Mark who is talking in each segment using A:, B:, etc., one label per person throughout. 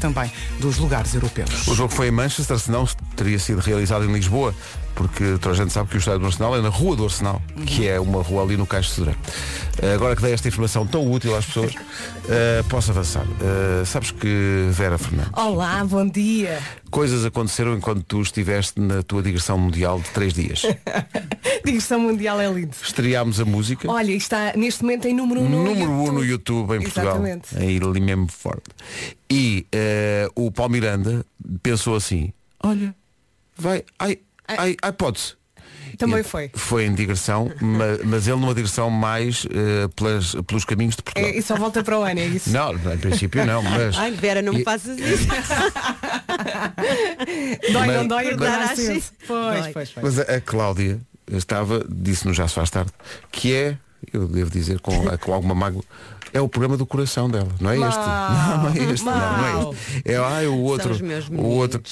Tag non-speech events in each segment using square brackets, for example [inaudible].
A: também dos lugares europeus.
B: O jogo foi em Manchester, senão teria sido realizado em Lisboa, porque toda a gente sabe que o estádio do Arsenal é na Rua do Arsenal, que é uma rua ali no Caixo de Sodré. Eh, Agora que dei esta informação tão útil às pessoas, eh, posso avançar. Eh, sabes que, Vera Fernandes,
C: Olá, bom dia.
B: coisas aconteceram enquanto tu estiveste na tua digressão mundial de três
C: [laughs]
B: dias.
C: Digressão Mundial é lindo.
B: Estreámos a música.
C: Olha, está neste momento em número 1 um no
B: número 1
C: YouTube.
B: um no YouTube em Portugal.
C: Exatamente.
B: Aí ali mesmo forte. E eh, o Paulo Miranda pensou assim, olha, vai, ai, ai, ai pode-se.
C: Também
B: E
C: foi.
B: Foi em digressão, ma- mas ele numa digressão mais eh, pelas- pelos caminhos de Portugal.
C: É, e só volta para o ano, é isso?
B: Não, em princípio não,
C: [laughs]
B: mas.
D: Ai, Vera, não
B: E-
D: me faças isso.
C: Dói,
B: Mas-
C: não dói,
D: mas-
C: dói,
D: mas-
C: sim. Pois,
D: Dói.
C: pois, pois.
B: Mas a, a Cláudia estava, disse-nos já se faz tarde, que é, eu devo dizer com, com alguma mágoa, é o programa do coração dela, não é este? [laughs] Não, não é este, não, não é
C: Mau.
B: este. É ai, o outro.
D: São os meus
B: o
D: meninos.
B: outro.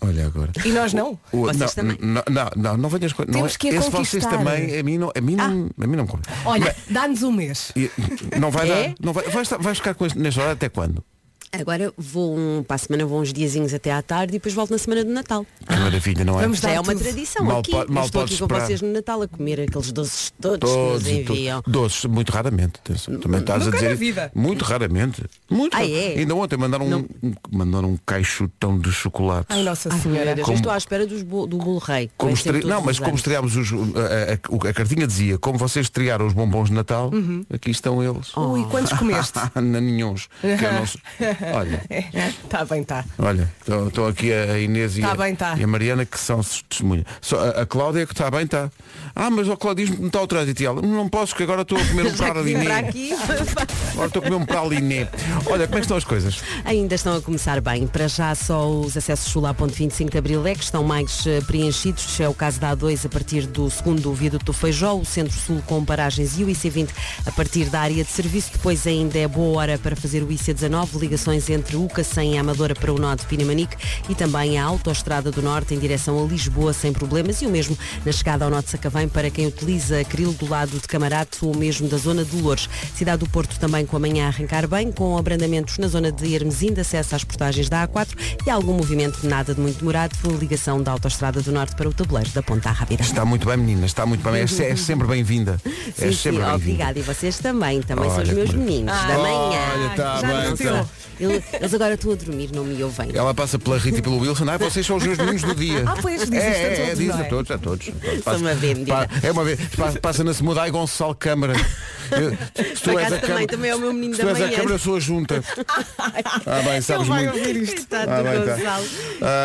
B: Olha agora.
C: E nós não?
B: O-
D: Vocês
B: não,
D: também?
B: não, não, não, não venhas com. Não, é,
C: Temos que a
B: esse vocês
C: conquistar. Ah.
B: também, a mim não, a mim não, a mim não me convém.
C: Olha, dá-nos um mês.
B: E- Não vai
D: É?
B: dar. Não vai, vais, estar- vais ficar com este, nesta hora até quando?
D: Agora vou um, para a semana vou uns diazinhos até à tarde e depois volto na semana do Natal.
B: Que maravilha, não é?
C: Vamos
D: Já
C: Dá
D: é uma
C: tudo.
D: tradição
B: Mal
D: aqui.
B: po-
D: Eu
B: mal
D: Estou aqui
B: podes
D: com
B: esperar.
D: vocês no Natal a comer aqueles doces todos,
B: Todos,
D: que
B: e
D: nos
B: tudo.
D: enviam.
B: doces, muito raramente. atenção. Também estás
C: Nunca
B: a dizer.
C: na vida.
B: Muito raramente. Muito
D: Ah,
B: raro-
D: é?
B: Ainda ontem mandaram um, um- mandaram um caixotão de chocolates.
C: Ai, Nossa
D: Ai, meu
C: Senhora.
D: Deus, eu
B: Como-
D: estou à espera dos bo- do bolo rei. que
B: Como
D: vai ser
B: estre-
D: todos
B: Não, mas
D: os
B: como
D: anos.
B: estreámos os. uh, A, a- a cartinha dizia, como vocês estrearam os bombons de Natal,
C: Uhum.
B: aqui estão eles.
C: Ui, quantos
D: Oh.
B: [laughs]
C: comeste?
B: Naninhons. que eu não
C: [laughs]
B: sei. Olha.
C: Está tá bem, está.
B: Olha, estão aqui a Inês e,
C: Tá
B: a,
C: bem, tá.
B: e a Mariana que são testemunha. Só a, a Cláudia que está bem, está. Ah, mas o Cláudia diz-me que não está o trânsito. E ela, não posso que agora estou a comer um
D: [laughs] Já é que vim
B: praliné.
D: para aqui,
B: Agora estou a comer um praliné. Olha, como é que estão as coisas?
D: Ainda estão a começar bem. Para já só os acessos sul à ponte 25 de Abril é que estão mais eh, preenchidos. É o caso da A2 a partir do segundo viaduto do Feijó, o Centro-Sul com paragens e o IC20 a partir da área de serviço. Depois ainda é boa hora para fazer o IC19, ligações entre o Cacém e a Amadora para o nó de Pinamanique e também a Autoestrada do Norte em direção a Lisboa sem problemas e o mesmo na chegada ao Norte de Sacavém para quem utiliza Cril do lado de Camarato ou mesmo da zona de Loures. Cidade do Porto também com a manhã a arrancar bem, com abrandamentos na zona de Hermesinda, acesso às portagens da A4 e algum movimento nada de muito demorado, ligação da Autostrada do Norte para o tabuleiro da Ponta à Rábida.
B: Está muito bem, menina, está muito bem. É, se- é sempre bem-vinda. É
D: Sim, sim,
B: sempre bem-vinda.
D: obrigada. E vocês também, também
B: Olha é
D: são os
B: que
D: meus
B: maravilha.
D: meninos
B: Olha,
D: da manhã.
B: está
C: já
B: bem.
C: nasceu.
B: tá.
D: Ele- Eles agora estão a dormir, não me ouvem.
B: Ela passa pela Rita e pelo Wilson. Ah, vocês são os meus meninos do dia.
C: Ah, pois, diz
B: é, é,
C: isto a
B: é,
C: todos,
B: diz
C: não
B: a
C: é?
B: todos, a todos.
D: Sou uma vendida.
B: é uma vez. Passa, passa na Semuda e Gonçalo
D: [laughs]
B: Câmara. Eu- se
D: Por acaso também, também é o meu menino
B: se tu
D: da
B: és a
D: manhã.
B: Câmara, eu sou a junta. Ah, bem, sabes muito.
D: Coitado
B: Ah,
D: do
B: bem, tá.
D: Gonçalo.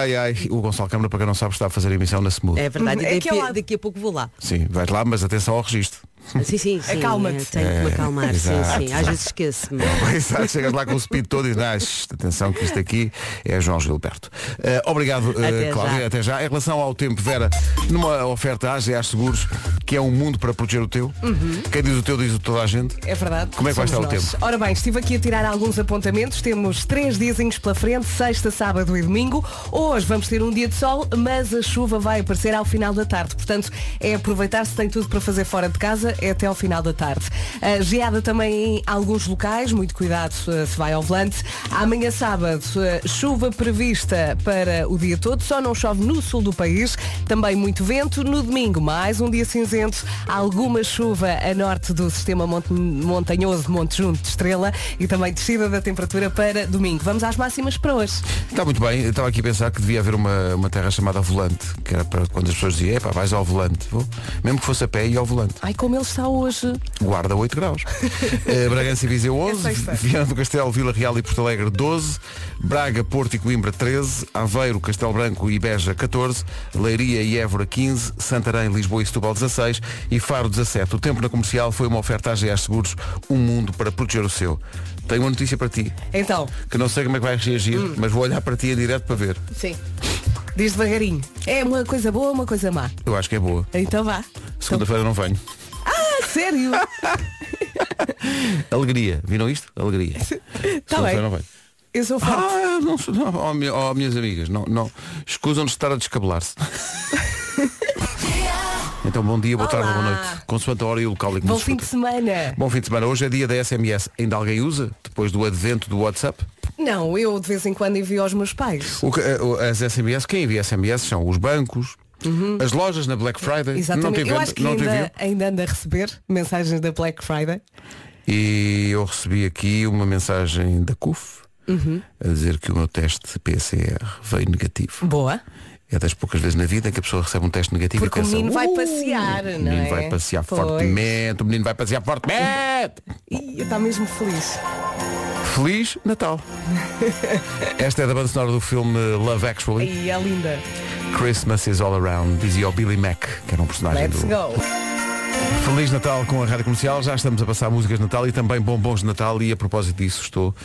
B: Ai, ai, o Gonçalo Câmara, para quem não sabe, está a fazer emissão na Smooth.
D: É verdade,
C: Uhum, é
D: e
C: que é
D: daqui,
C: lá.
D: daqui a pouco vou lá.
B: Sim, vais lá, mas atenção ao registro. [laughs]
D: Sim, sim, sim.
C: Acalma-te.
D: eh, Tenho que me acalmar,
B: É, exato,
D: sim, sim. Às vezes esqueço-me.
B: Exato, chegas lá com o speed todo e dizes, ah, shh, atenção que isto aqui é João Gilberto. Eh, obrigado, eh,
D: Até
B: Cláudia,
D: já.
B: até já. Em relação ao tempo, Vera, numa oferta à AGA Seguros, que é um mundo para proteger o teu,
D: Uhum.
B: quem diz o teu diz o de toda a gente.
C: É verdade.
B: Como é que vai
C: somos
B: estar o
C: nós. Ora bem, estive aqui a tirar alguns apontamentos. Temos três diazinhos pela frente, sexta, sábado e domingo. Hoje vamos ter um dia de sol, mas a chuva vai aparecer ao final da tarde. Portanto, é aproveitar se tem tudo para fazer fora de casa, é até ao final da tarde. A geada também em alguns locais, muito cuidado eh, se vai ao volante. Amanhã sábado, eh, chuva prevista para o dia todo, só não chove no sul do país, também muito vento. No domingo, mais um dia cinzento, alguma chuva a norte do sistema mont- montanhoso de Monte Junto de Estrela e também descida da temperatura para domingo. Vamos às máximas para hoje.
B: Está muito bem, eu estava aqui a pensar que devia haver uma, uma terra chamada volante, que era para quando as pessoas diziam, epá, vais ao volante, Vou. mesmo que fosse a pé e ao volante.
C: Ai, como ele está hoje.
B: Guarda 8 graus. Eh, Bragança e Viseu 11,
C: sexta.
B: Viana do Castelo, Vila Real e Porto Alegre 12, Braga, Porto e Coimbra 13, Aveiro, Castelo Branco e Beja 14, Leiria e Évora 15, Santarém, Lisboa e Setúbal 16 e Faro 17. O tempo na comercial foi uma oferta à GA Seguros, um mundo para proteger o seu. Tenho uma notícia para ti,
C: Então,
B: que não sei como é que vais reagir, mas vou olhar para ti em direto para ver.
C: sim. Diz devagarinho. É uma coisa boa ou uma coisa má?
B: Eu acho que é boa.
C: Então vá.
B: Segunda-feira não venho.
C: Ah, sério?
B: Alegria. Viram isto? Alegria.
C: Está
B: Segunda-feira
C: Tá bem.
B: não venho.
C: Eu sou forte.
B: Ah, não, sou- não oh, mi- oh, minhas amigas, não, não. Escusam-nos de estar a
C: [laughs]
B: descabelar-se. então, bom dia, boa tarde,
C: Olá.
B: boa noite. Consoante a hora e o local em que
C: Bom
B: nos
C: fim de
B: escuta.
C: semana.
B: Bom fim de semana. Hoje é dia da SMS. Ainda alguém usa? Depois do advento do WhatsApp?
C: Não, eu de vez em quando envio aos meus pais.
B: O que- eh, o- as SMS, quem envia SMS são os bancos, as lojas na Black Friday, não
C: Uhum. Exatamente.
B: te
C: eu
B: invento,
C: acho que
B: não te
C: ainda,
B: invento.
C: ainda ando a receber mensagens da Black Friday.
B: E eu recebi aqui uma mensagem da CUF
C: Uhum.
B: a dizer que o meu teste PCR veio negativo.
C: Boa.
B: É das poucas vezes na vida que a pessoa recebe um teste negativo
C: Porque
B: e
C: o
B: pensa,
C: menino vai
B: "Uh,
C: passear,
B: O
C: não
B: menino
C: é?
B: vai passear
C: Pois.
B: fortemente, o menino vai passear fortemente.
C: Ih, está mesmo feliz.
B: Feliz
C: [laughs]
B: Natal. Esta é da banda sonora do filme Love Actually.
C: E é linda.
B: Christmas is all around, dizia o Billy Mac, que era um personagem
C: Let's
B: do
C: go.
B: Feliz Natal com a Rádio Comercial. Já estamos a passar músicas de Natal e também bombons de Natal e a propósito disso estou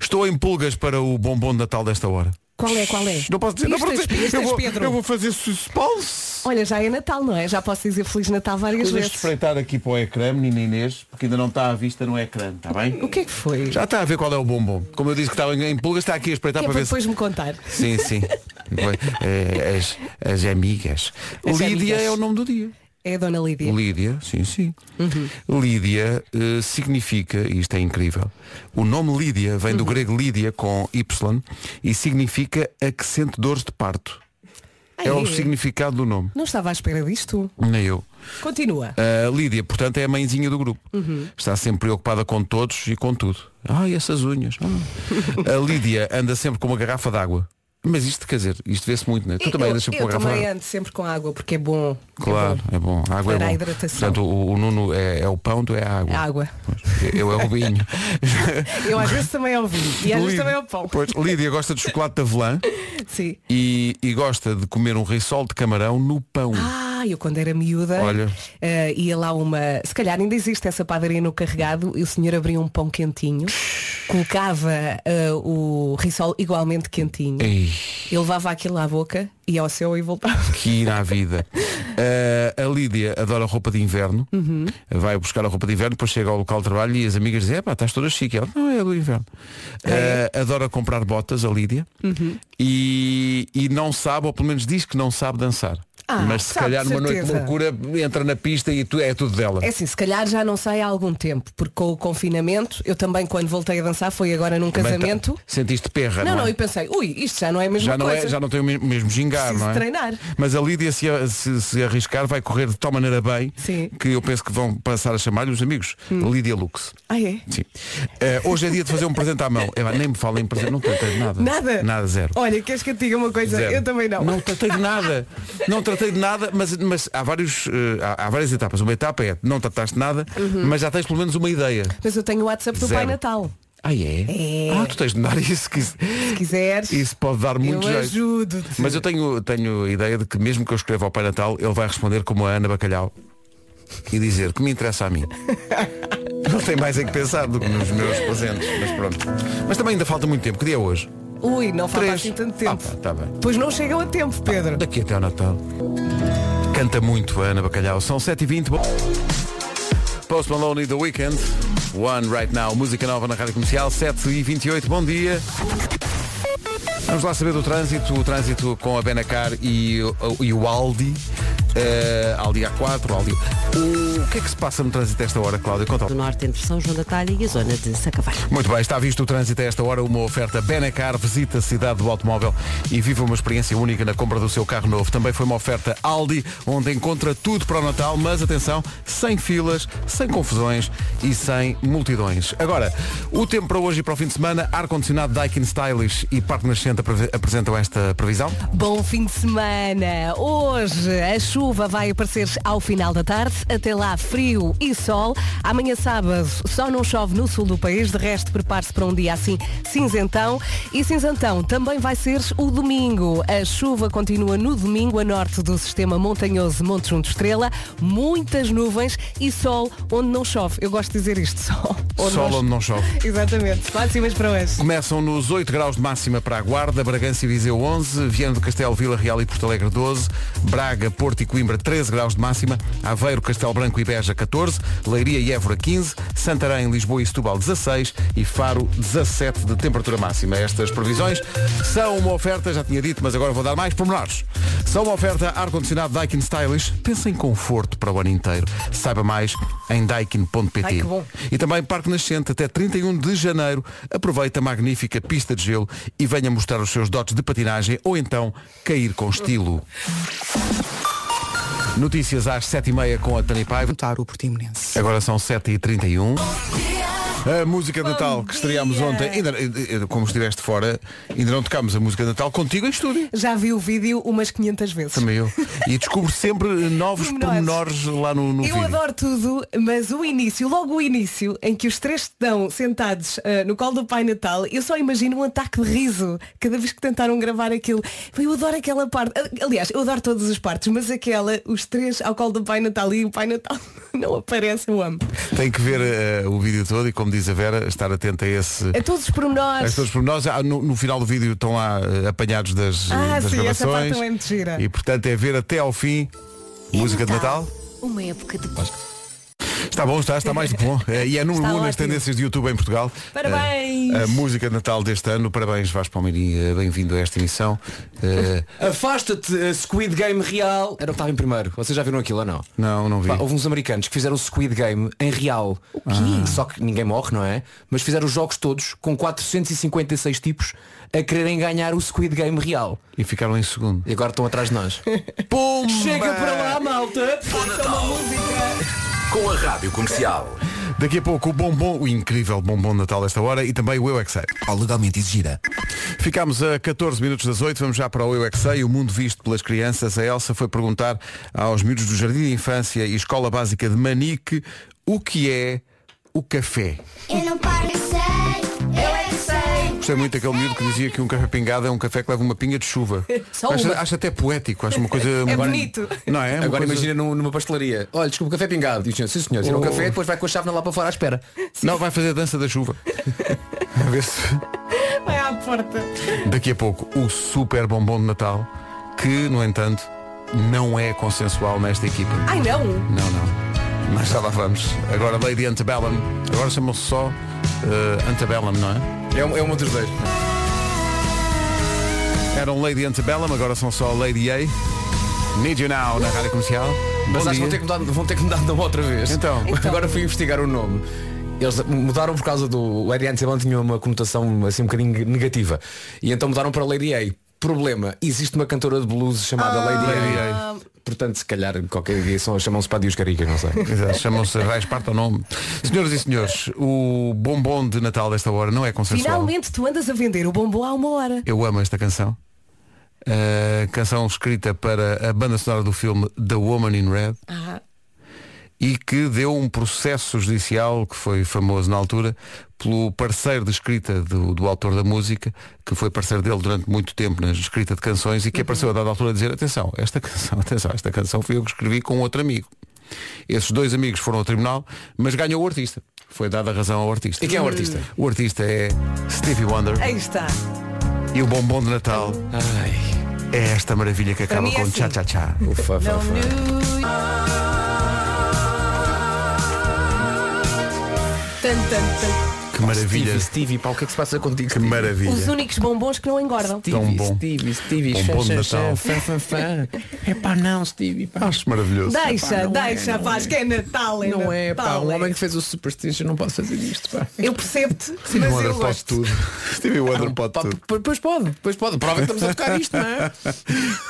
B: estou em pulgas para o bombom de Natal desta hora.
C: Qual é, qual é?
B: Não posso dizer, não
C: Este
B: posso
C: és-
B: dizer.
C: este
B: eu,
C: és
B: vou,
C: Pedro.
B: eu vou fazer suspense.
C: Olha, já é Natal, não é? Já posso dizer Feliz Natal várias
B: Deixa
C: vezes.
B: espreitar aqui para o ecrã, menina Inês, porque ainda não está à vista no ecrã, está bem?
C: O que é que foi?
B: Já está a ver qual é o bombom. Como eu disse que estava em, em pulgas, está aqui a espreitar
C: que é
B: para
C: para
B: ver se
C: depois me contar.
B: Sim, sim. Depois, eh, As, as amigas.
C: As
B: Lídia
C: amigas.
B: é o nome do dia.
C: É a Dona Lídia.
B: Lídia, sim, sim. Uhum. Lídia eh, significa, e isto é incrível, o nome Lídia vem do grego Lídia com Y e significa a que sente dores de parto.
C: Ai,
B: É o significado do nome.
C: Não estava à espera disto.
B: Nem eu.
C: Continua.
B: A Lídia, portanto, é a mãezinha do grupo.
C: Uhum.
B: Está sempre preocupada com todos e com tudo. Ai, essas unhas. ah.
C: [laughs]
B: A Lídia anda sempre com uma garrafa d'água. Mas isto, quer dizer, isto vê-se muito, né? Tu também
C: eu
B: andas sempre com
C: eu
B: uma garrafa
C: também
B: d'água.
C: ando sempre com água porque é bom.
B: Claro, é bom. A água
C: Para
B: é
C: a
B: bom.
C: hidratação.
B: Portanto, o, o Nuno é, é o pão, tu é a água.
C: É água.
B: Pois, Eu é o
C: [laughs]
B: vinho.
C: Eu às vezes também é o vinho. E às vezes
B: Lídia-
C: também é o pão.
B: Pois, Lídia gosta de chocolate de avelã
C: Sim.
B: e, e gosta de comer um risol de camarão no pão.
C: Ah, eu quando era miúda
B: Olha.
C: eh, ia lá uma. Se calhar ainda existe essa padaria no carregado e o senhor abria um pão quentinho, colocava eh, o risol igualmente quentinho,
B: Ei,
C: e levava aquilo à boca, ia ao céu e voltava.
B: [laughs] que ir à vida. Ah, a Lídia adora roupa de inverno. Vai buscar a roupa de inverno, depois chega ao local de trabalho e as amigas dizem, epá, estás toda chique. Ela, não, é do inverno.
C: É.
B: Ah, adora comprar botas, a Lídia.
C: Uhum.
B: E, e não sabe, ou pelo menos diz que não sabe dançar.
C: Ah,
B: Mas se
C: sabe,
B: calhar numa noite de
C: certeza.
B: loucura entra na pista e tu, é tudo dela.
C: É assim, se calhar já não sai há algum tempo, porque com o confinamento, eu também quando voltei a dançar foi agora num
B: Também tá-
C: casamento.
B: Sentiste perra,
C: Não,
B: não,
C: não,
B: é?
C: e pensei, ui, isto já não é a mesma
B: já não,
C: coisa.
B: é, já não tem o mesmo, mesmo gingar,
C: Preciso
B: não é?
C: treinar.
B: Mas a Lídia, se, a- se- se arriscar, vai correr de tal maneira bem
C: Sim.
B: que eu penso que vão passar a chamar-lhe os amigos. Lídia Lux.
C: Ah, é?
B: Sim. Eh, hoje é dia de fazer um presente à
C: [laughs]
B: mão. Epá, nem me falem em presente, não tratei de nada.
C: Nada?
B: Nada, zero.
C: Olha, queres que eu te diga uma coisa?
B: Zero.
C: Eu também não.
B: Não tratei de nada. Não tratei de nada, mas, mas há, vários, eh, há, há várias etapas. Uma etapa é não trataste de nada,
C: Uhum.
B: mas já tens pelo menos uma ideia.
C: Mas eu tenho o WhatsApp do
B: Zero.
C: Pai Natal.
B: Ah, é?
C: É.
B: Ah, tu tens de me dar isso que isso-
C: Se quiseres,
B: Isso pode dar muito
C: eu
B: jeito.
C: ajudo-te.
B: Mas eu tenho, tenho a ideia de que mesmo que eu escreva ao Pai Natal, ele vai responder como a Ana Bacalhau e dizer que me interessa a
C: [laughs]
B: mim. Não tem mais em que pensar do que nos meus presentes, mas pronto. Mas também ainda falta muito tempo. Que dia é hoje?
C: Ui, não falta assim tanto
B: Ah,
C: tempo.
B: pá, tá bem.
C: Pois não chegam a tempo, Pedro.
B: Daqui até ao Natal. Canta muito a Ana Bacalhau. São 7h20. Bom- Post Malone e The Weekend. One right now. Música nova na Rádio Comercial. 7h28. Bom dia. Vamos lá saber do trânsito. O trânsito com a Benacar e, o- e o Aldi. Eh, Aldi A4, Aldi. O que é que se passa no trânsito a esta hora, Cláudia? Conta.
D: Do norte entre São João da Talha e a zona de Sacavém.
B: Muito bem, está visto o trânsito a esta hora, uma oferta Benacar, visita a cidade do automóvel e viva uma experiência única na compra do seu carro novo. Também foi uma oferta Aldi, onde encontra tudo para o Natal, mas atenção, sem filas, sem confusões e sem multidões. Agora, o tempo para hoje e para o fim de semana, ar-condicionado Daikin Stylish e Parque Nascente apre- apresentam esta previsão.
C: Bom fim de semana. Hoje a chuva vai aparecer ao final da tarde. Até lá, frio e sol. Amanhã, sábado, só não chove no sul do país. De resto, prepare-se para um dia assim cinzentão. E cinzentão também vai ser o domingo. A chuva continua no domingo a norte do sistema montanhoso Monte Junto Estrela. Muitas nuvens e sol onde não chove. Eu gosto de dizer isto, [laughs] sol.
B: Sol
C: não
B: onde não chove.
C: Exatamente. Máximas para hoje.
B: Começam nos 8 graus de máxima para a Guarda, Bragança e Viseu 11, Viana do Castelo, Vila Real e Porto Alegre 12, Braga, Porto e Coimbra Coimbra 13 graus de máxima, Aveiro, Castelo Branco e Beja 14, Leiria e Évora 15, Santarém, Lisboa e Setúbal 16 e Faro 17 de temperatura máxima. Estas previsões são uma oferta, já tinha dito, mas agora vou dar mais pormenores. São uma oferta ar-condicionado Daikin Stylish. Pensa em conforto para o ano inteiro. Saiba mais em daikin.pt.
C: Ai, que bom.
B: E também Parque Nascente até 31 de janeiro. Aproveita a magnífica pista de gelo e venha mostrar os seus dotes de patinagem ou então cair com
C: [laughs]
B: estilo. Notícias às 7h30 com a Tani Paiva.
A: Lutar o Portimonense.
B: Agora são 7h31. A música de Natal que estreámos ontem, ainda, ainda- como estiveste fora, ainda não tocámos a música de Natal contigo em estúdio.
C: Já vi o vídeo umas 500 vezes.
B: Também eu. E descubro sempre novos
C: Pormenores.
B: pormenores lá no, no
C: Eu
B: vídeo.
C: adoro tudo, mas o início, logo o início, em que os três estão sentados ah, no colo do Pai Natal, eu só imagino um ataque de riso cada vez que tentaram gravar aquilo. Eu adoro aquela parte. Ah, Aliás, eu adoro todas as partes, mas aquela, os três ao colo do Pai Natal e o Pai Natal [laughs] não aparece, eu amo.
B: Tem que ver eh, o vídeo todo e, como diz a Vera, estar atenta a esse.
C: A todos os
B: a
C: pormenores.
B: todos os pormenores. Ah, no, no final do vídeo estão lá eh, apanhados das, eh,
C: Ah,
B: das
C: sim, essa parte É
B: gravações.
C: também é muito gira.
B: E portanto é ver até ao fim música de Natal.
E: Uma época de
B: Está bom, está, está mais do que bom. Eh, E é número
C: Está
B: um nas
C: ótimo.
B: tendências de YouTube em Portugal.
C: Parabéns.
B: Eh, a música de Natal deste ano. Parabéns, Vasco Palmeirinho. Eh, Bem-vindo a esta emissão. Eh,
F: Afasta-te, eh, Squid Game real. Era o que estava em primeiro. Vocês já viram aquilo ou não?
B: não, não vi.
F: Pá, houve uns americanos que fizeram o Squid Game em real. O quê? Só que ninguém morre, não é? Mas fizeram os jogos todos com 456 tipos a quererem ganhar o Squid Game real.
B: E ficaram em segundo.
F: E agora estão atrás de nós.
B: Pum!
F: Chega para lá, malta!
G: Com a Rádio Comercial.
B: Daqui a pouco o bombom, o incrível bombom de Natal desta hora e também o Eu É Que Sei.
G: Ao legalmente exigida.
B: Ficámos a 14 minutos das 8, vamos já para o Eu É Que Sei, o mundo visto pelas crianças. A Elsa foi perguntar aos miúdos do Jardim de Infância e Escola Básica de Manique o que é o café.
H: Eu não paro, eu sei, eu é que sei.
B: Gostei muito daquele miúdo que dizia que um café pingado é um café que leva uma pinga de chuva.
C: [laughs] Só
B: acho,
C: uma.
B: acho até poético, acho uma coisa...
C: É bonito.
B: Não é? Uma
F: Agora
B: coisa-
F: imagina num- numa pastelaria. Olha, desculpa, café é pingado. E o senhor, sim senhor, tira o café e depois vai com a chávena lá para fora à espera.
B: Não, vai fazer a dança da
C: [laughs]
B: chuva. a ver se...
C: Vai à porta.
B: Daqui a pouco, o super bombom de Natal, que, no entanto, não é consensual nesta equipa.
C: Ai não!
B: Não, não. Mas já lá vamos. Agora Lady Antebellum. Agora chamam-se só eh, Antebellum, não é?
F: É um, é um outro desejo.
B: Eram Lady Antebellum, agora são só Lady A. Need You Now na rádio comercial.
F: Mas
B: Bom
F: acho que vão ter
B: dia.
F: que mudar, vão ter que mudar de nome outra vez.
B: Então.
F: Agora fui investigar o nome. Eles mudaram por causa do. O Lady Antebellum tinha uma conotação assim um bocadinho negativa. E então mudaram para Lady A. Problema, existe uma cantora de blues chamada
B: Ah,
F: Lady, A. Portanto, se calhar qualquer dia só chamam-se para Dios
B: [laughs]
F: Caricas, não sei.
B: Exato, Chamam-se Raiz Parto ao nome. Senhoras e senhores, o bombom de Natal desta hora não é consensual.
C: Finalmente tu andas a vender o bombom há uma hora.
B: Eu amo esta canção. Eh, canção escrita para a banda sonora do filme The Woman in Red.
C: Ah,
B: e que deu um processo judicial que foi famoso na altura pelo parceiro de escrita do, do autor da música, que foi parceiro dele durante muito tempo na escrita de canções e que apareceu a dada altura a dizer, atenção, esta canção, [laughs] atenção, esta canção fui eu que escrevi com outro amigo. Esses dois amigos foram ao tribunal, mas ganhou o artista. Foi dada razão ao artista.
F: E quem é o artista?
B: O artista é Stevie Wonder
C: aí está.
B: e o bombom de Natal
F: Ai,
B: é esta maravilha que
C: Para
B: acaba
C: mim é
B: com
C: assim.
B: tchá tchá tchá.
F: ufa, ufa, ufa.
C: Tan, tan, tan.
B: Que maravilha,
F: Stevie, Stevie, pá, o que é que se passa contigo?
B: que
C: Os
B: maravilha.
C: únicos bombons que não engordam.
F: Stevie,
B: Tão bom.
F: Stevie, Stevie,
B: Bom bom de Natal.
F: É pá, não, Stevie, pá.
B: Acho maravilhoso.
C: Deixa,
F: Epá, não é,
C: deixa,
F: não
C: faz,
F: é.
C: que é Natal, é
F: Não é, pá,
C: Natal,
F: um
C: é.
F: homem que fez o Superstition não pode fazer isto, pá.
C: Eu percebo-te, mas
B: Stevie Wonder
C: eu
B: pode
C: gosto. [laughs]
B: tudo. Stevie Wonder pode
F: Pá,
B: tudo.
F: p- Pois pode, pois pode. Prova que estamos a tocar isto, não é?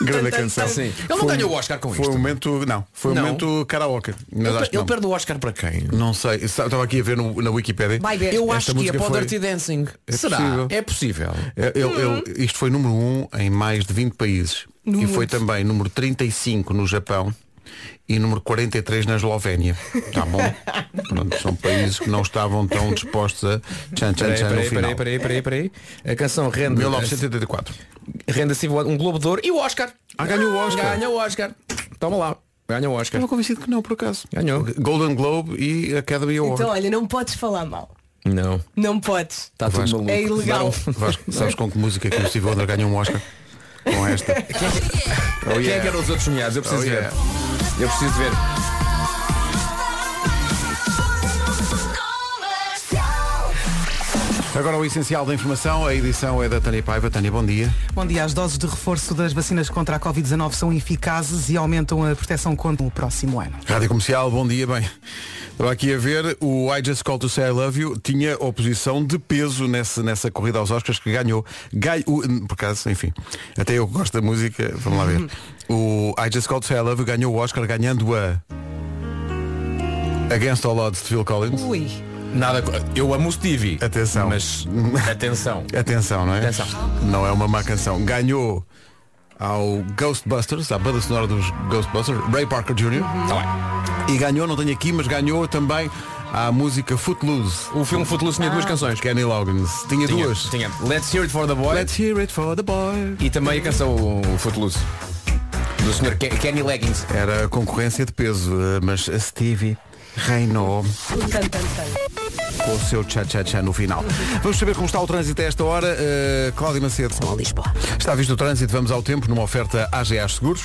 B: Grande canção.
F: Sim. Ele não
B: Foi
F: ganhou
B: um-
F: o Oscar com
B: foi
F: isto.
B: um momento. Não, foi um
F: Não.
B: momento karaoke. Mas
F: Ele,
B: acho
F: per-
B: que
F: ele
B: não.
F: perde o Oscar para quem?
B: Não sei. Eu Estava aqui a ver no- na Wikipédia.
C: Vai ver.
F: Eu
B: Esta
F: acho que é
B: música
F: para o
B: foi-
F: Dirty Dancing.
B: É
F: Será?
B: possível.
F: É possível.
B: Eu- eu- eu- isto foi número 1 em mais de 20 países.
C: Uhum. No
B: e foi
C: mundo.
B: também número 35 no Japão e número 43 na Eslovénia. Tá
C: [laughs]
B: bom? Pronto, são países que não estavam tão dispostos a tchan tchan tchan no
F: Peraí, peraí,
B: final.
F: peraí, peraí, peraí, peraí. A canção rende,
B: 1984.
F: rende assim um Globo de Ouro e o Oscar.
B: Ah, ganhou o Oscar.
F: Ganha o Oscar. Toma lá. Ganha o Oscar.
B: Estava convencido que não, por acaso.
F: Ganhou.
B: Golden Globe e Academy Award.
C: Então olha, não podes falar mal.
F: Não.
C: Não podes.
F: Está Tá tudo
B: Vasco.
F: maluco.
C: É ilegal. [laughs]
B: Vasco, sabes com que música que o Steve Wonder ganhou um Oscar? com [laughs] esta. Oh,
F: Quem é que
B: yeah.
F: eram os outros nomeados? Eu preciso
B: Oh,
F: ver.
B: yeah.
F: Eu preciso ver.
B: Agora o essencial da informação, a edição é da Tânia Paiva. Tânia, bom dia.
A: Bom dia. As doses de reforço das vacinas contra a Covid-19 são eficazes e aumentam a proteção contra o próximo ano.
B: Rádio Comercial, bom dia, bem. Estava aqui a ver, o I Just Call to Say I Love You tinha oposição de peso nessa, nessa corrida aos Oscars que ganhou. Ganho, o- por acaso, enfim, até eu que gosto da música, vamos lá ver. O I Just Call to Say I Love You ganhou o Oscar ganhando a Against All Odds de Phil Collins.
C: Ui.
F: Nada. co- Eu amo o Stevie.
B: Atenção. [laughs]
F: Mas atenção.
B: Atenção, não é?
F: Atenção.
B: Não é uma má canção. Ganhou ao Ghostbusters, à banda sonora dos Ghostbusters, Ray Parker Jr.
F: Tá bem.
B: E ganhou, não tenho aqui, mas ganhou também a música Footloose.
F: O filme Footloose tinha duas canções.
B: Kenny Loggins. Tinha,
F: Tinha,
B: Ah. duas.
F: Tinha. Let's Hear It for the Boy
B: Let's hear it for the boy.
F: e também a canção o Footloose. Do Sr. Ke- Kenny Leggings.
B: Era concorrência de peso, eh, mas a Stevie reinou
C: Tan, tan, tan.
B: com o seu tchá-tchá-tchá no final. Vamos saber como está o trânsito a esta hora. Eh, Cláudia Macedo.
D: Bom, Lisboa.
B: Está visto o trânsito, vamos ao tempo numa oferta AGA Seguros.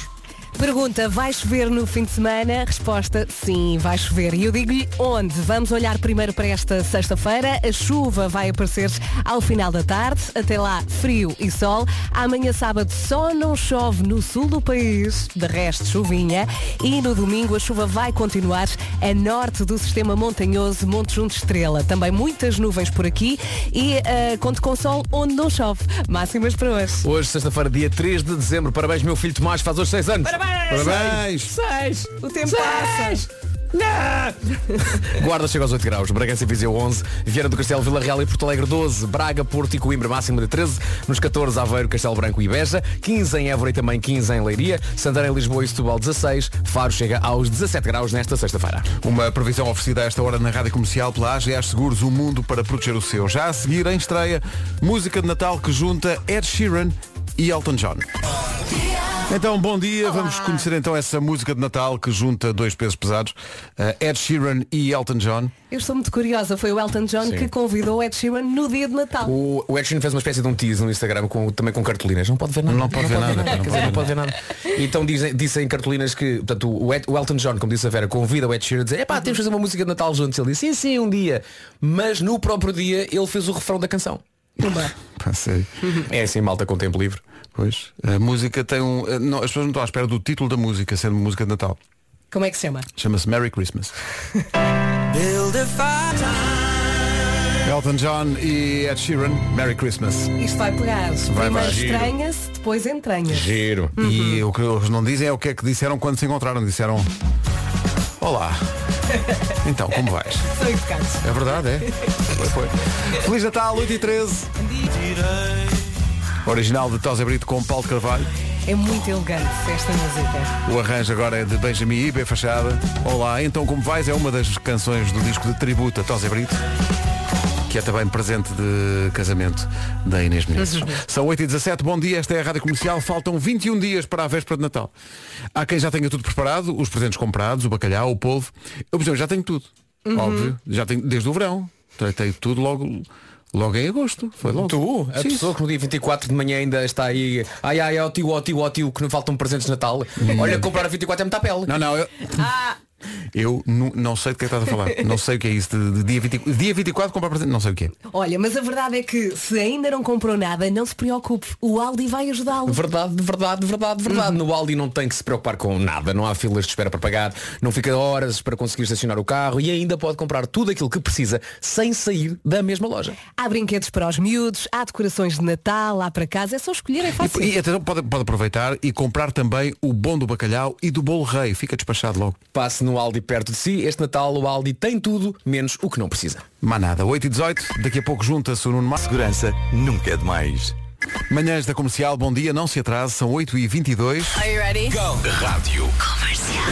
C: Pergunta, vai chover no fim de semana? Resposta, sim, vai chover. E eu digo-lhe onde. Vamos olhar primeiro para esta sexta-feira. A chuva vai aparecer ao final da tarde. Até lá, frio e sol. Amanhã, sábado, só não chove no sul do país. De resto, chuvinha. E no domingo, a chuva vai continuar a norte do sistema montanhoso Monte Junto Estrela. Também muitas nuvens por aqui. E eh, conto com sol onde não chove. Máximas para hoje.
F: Hoje, sexta-feira, dia 3 de dezembro. Parabéns, meu filho Tomás, faz hoje 6 anos.
C: Parabéns!
B: Parabéns!
C: Seis! O tempo
D: Ah,
C: passa!
F: Guarda chega aos 8 graus, Bragança e Viseu 11, Vieira do Castelo, Vila Real e Porto Alegre 12, Braga, Porto e Coimbra máximo de 13, nos 14 Aveiro, Castelo Branco e Beja, 15 em Évora e também 15 em Leiria, Santarém, Lisboa e Setúbal 16, Faro chega aos 17 graus nesta sexta-feira.
B: Uma previsão oferecida a esta hora na Rádio Comercial pela AGA Seguros, o mundo para proteger o seu. Já a seguir, em estreia, música de Natal que junta Ed Sheeran e Elton John. Então, bom dia. Vamos conhecer então essa música de Natal que junta dois pesos pesados, eh, Ed Sheeran e Elton John.
C: Eu estou muito curiosa, foi o Elton John que convidou o Ed Sheeran no dia de Natal.
F: O, o Ed Sheeran fez uma espécie de um tease no Instagram com- também com cartolinas. Não pode ver nada.
B: Não pode ver nada, não
F: quer dizer, não pode ver nada. Então dizem, dizem cartolinas que, portanto, o, Ed- o Elton John, como disse a Vera, convida o Ed Sheeran a dizer, epá, temos de fazer uma música de Natal juntos. Ele disse, sim, sim, um dia. Mas no próprio dia ele fez o refrão da canção.
B: Passei.
F: É assim, malta com tempo livre.
B: Pois. A música tem um. eh, não, as pessoas não estão à espera do título da música, sendo música de Natal.
C: Como é que se chama?
B: Chama-se Merry Christmas. Elton John e Ed Sheeran, Merry Christmas.
C: Isto vai pegar.
B: vai.
C: Primeiro
B: Giro.
C: estranha-se, depois entranha.
F: Giro.
B: E o que eles não dizem é o que é que disseram quando se encontraram. Disseram Olá. Então, como vais?
C: São educados.
B: É verdade, é? Foi, foi. Feliz Natal, 8 e 13. Original de Tosa Brito com Paulo Carvalho.
C: É muito elegante esta música.
B: O arranjo agora é de Benjamin Ibe Fachada. Olá, então como vais? É uma das canções do disco de tributo a Tosa Brito, que é também presente de casamento da Inês Menezes. São 8 e 17 bom dia, esta é a Rádio Comercial. Faltam 21 dias para a véspera de Natal. Há quem já tenha tudo preparado, os presentes comprados, o bacalhau, o polvo. Eu, por exemplo, já tenho tudo. Óbvio, já tenho desde o verão. Tenho tudo logo, logo em agosto. Foi logo.
F: Tu, a
B: Sim,
F: pessoa que no dia 24 de manhã ainda está aí, ai ai, ó tio, ó tio, ó tio, que não faltam presentes de Natal.
B: Hum.
F: Olha, comprar a 24 é muita pele.
B: Não, não, eu. Eu nu- não sei de que é que estás a falar. não sei o que é isso. De, de dia, 20, dia 24 comprar presente. Não sei o que é.
C: Olha, mas a verdade é que se ainda não comprou nada, não se preocupe. O Aldi vai ajudá-lo.
F: Verdade, verdade, verdade, verdade. No Aldi não tem que se preocupar com nada. Não há filas de espera para pagar, não fica horas para conseguir estacionar o carro e ainda pode comprar tudo aquilo que precisa sem sair da mesma loja.
C: Há brinquedos para os miúdos, há decorações de Natal, há para casa. É só escolher, é fácil.
B: E, e atenção, pode, pode aproveitar e comprar também o bom do bacalhau e do bolo rei. Fica despachado logo.
F: Passe no Aldi perto de si. Este Natal o Aldi tem tudo, menos o que não precisa.
B: Mas nada. 8 e 18 Daqui a pouco junta-se o Nuno Mar.
G: Segurança nunca é demais.
B: Manhãs da Comercial. Bom dia. Não se atrase. São 8 e 22
G: Rádio.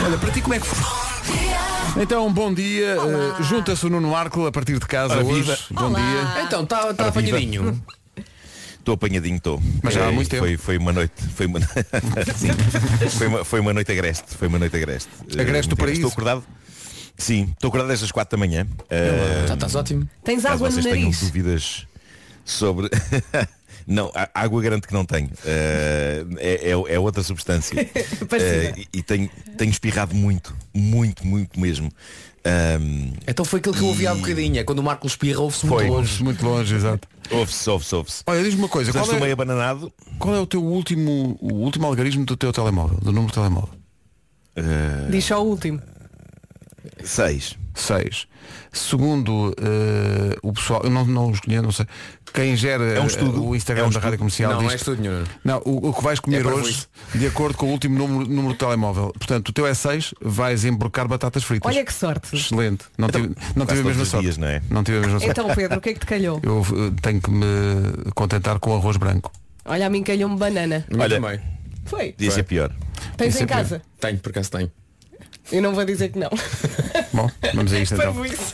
B: Olha, para ti como é que foi? Então, bom dia. Eh, junta-se o Nuno Marco a partir de casa
G: Ora,
B: hoje.
G: viva.
B: Bom dia.
F: Então, está tá
G: viva.
F: apanhadinho.
E: Estou apanhadinho, estou.
B: Mas já há
E: Eh,
B: muito
E: isto
B: tempo.
E: Foi, foi uma noite. Foi uma... [laughs] Sim. foi, uma, foi uma noite agreste. Foi uma noite agreste. Eh,
B: Agreste do
E: muito
B: paraíso.
E: Estou acordado. Sim, estou acordado desde as 4 da manhã. Eh,
F: Tá- Estás ótimo.
C: Tens
B: Ah,
E: caso
B: um-
C: água no
E: vocês tenham
C: nariz.
E: dúvidas sobre. [laughs] Não, á- água garanto que não tenho. Eh, é, é- é
C: [laughs]
E: outra substância.
C: Parecida.
E: Eh, e e tenho, tenho espirrado muito, muito, muito mesmo. Ahm,
F: Então foi aquilo que eu ouvi há
E: E-
F: bocadinho, é quando o Marco espirra, ouve-se muito
E: Foi.
F: longe.
B: Longe, muito longe, exato.
E: ouve-se, ouve-se, ouve-se.
B: Olha, diz-me uma coisa,
E: Portanto,
B: qual
E: estou meio
B: é,
E: abananado.
B: qual é o teu último, o último algarismo do teu telemóvel, do número de telemóvel?
C: Diz só o último.
E: eh, Seis.
B: 6. Segundo eh, o pessoal, eu não, não os conheço, não sei. Quem gera
E: É um estudo.
B: o Instagram
E: É um
B: da Rádio
E: estudo.
B: Comercial
F: Não,
B: diz
F: não é estudo nenhum.
B: Não, o, o que vais comer
F: É para
B: hoje, de acordo com o último número, número de telemóvel. Portanto, o teu é 6, vais emborcar batatas fritas.
C: Olha que sorte.
B: Excelente. Não tive, não tive
E: Então, quase
B: a
E: todos
B: mesma
E: os
B: sorte.
E: dias, não é?
B: tive a mesma sorte.
C: Então, Pedro, o que é que te calhou?
B: Eu eh, tenho que me contentar com arroz branco.
C: Olha, a mim calhou-me banana.
F: Olha,
E: Olha.
F: também.
C: Foi.
E: Podia
B: é
E: ser pior.
C: Tens
B: isso
C: em
B: é
C: casa?
F: Tenho, por acaso tenho.
C: Eu não vou dizer que não.
B: Então, Bom, vamos a isto então.
C: Foi isso.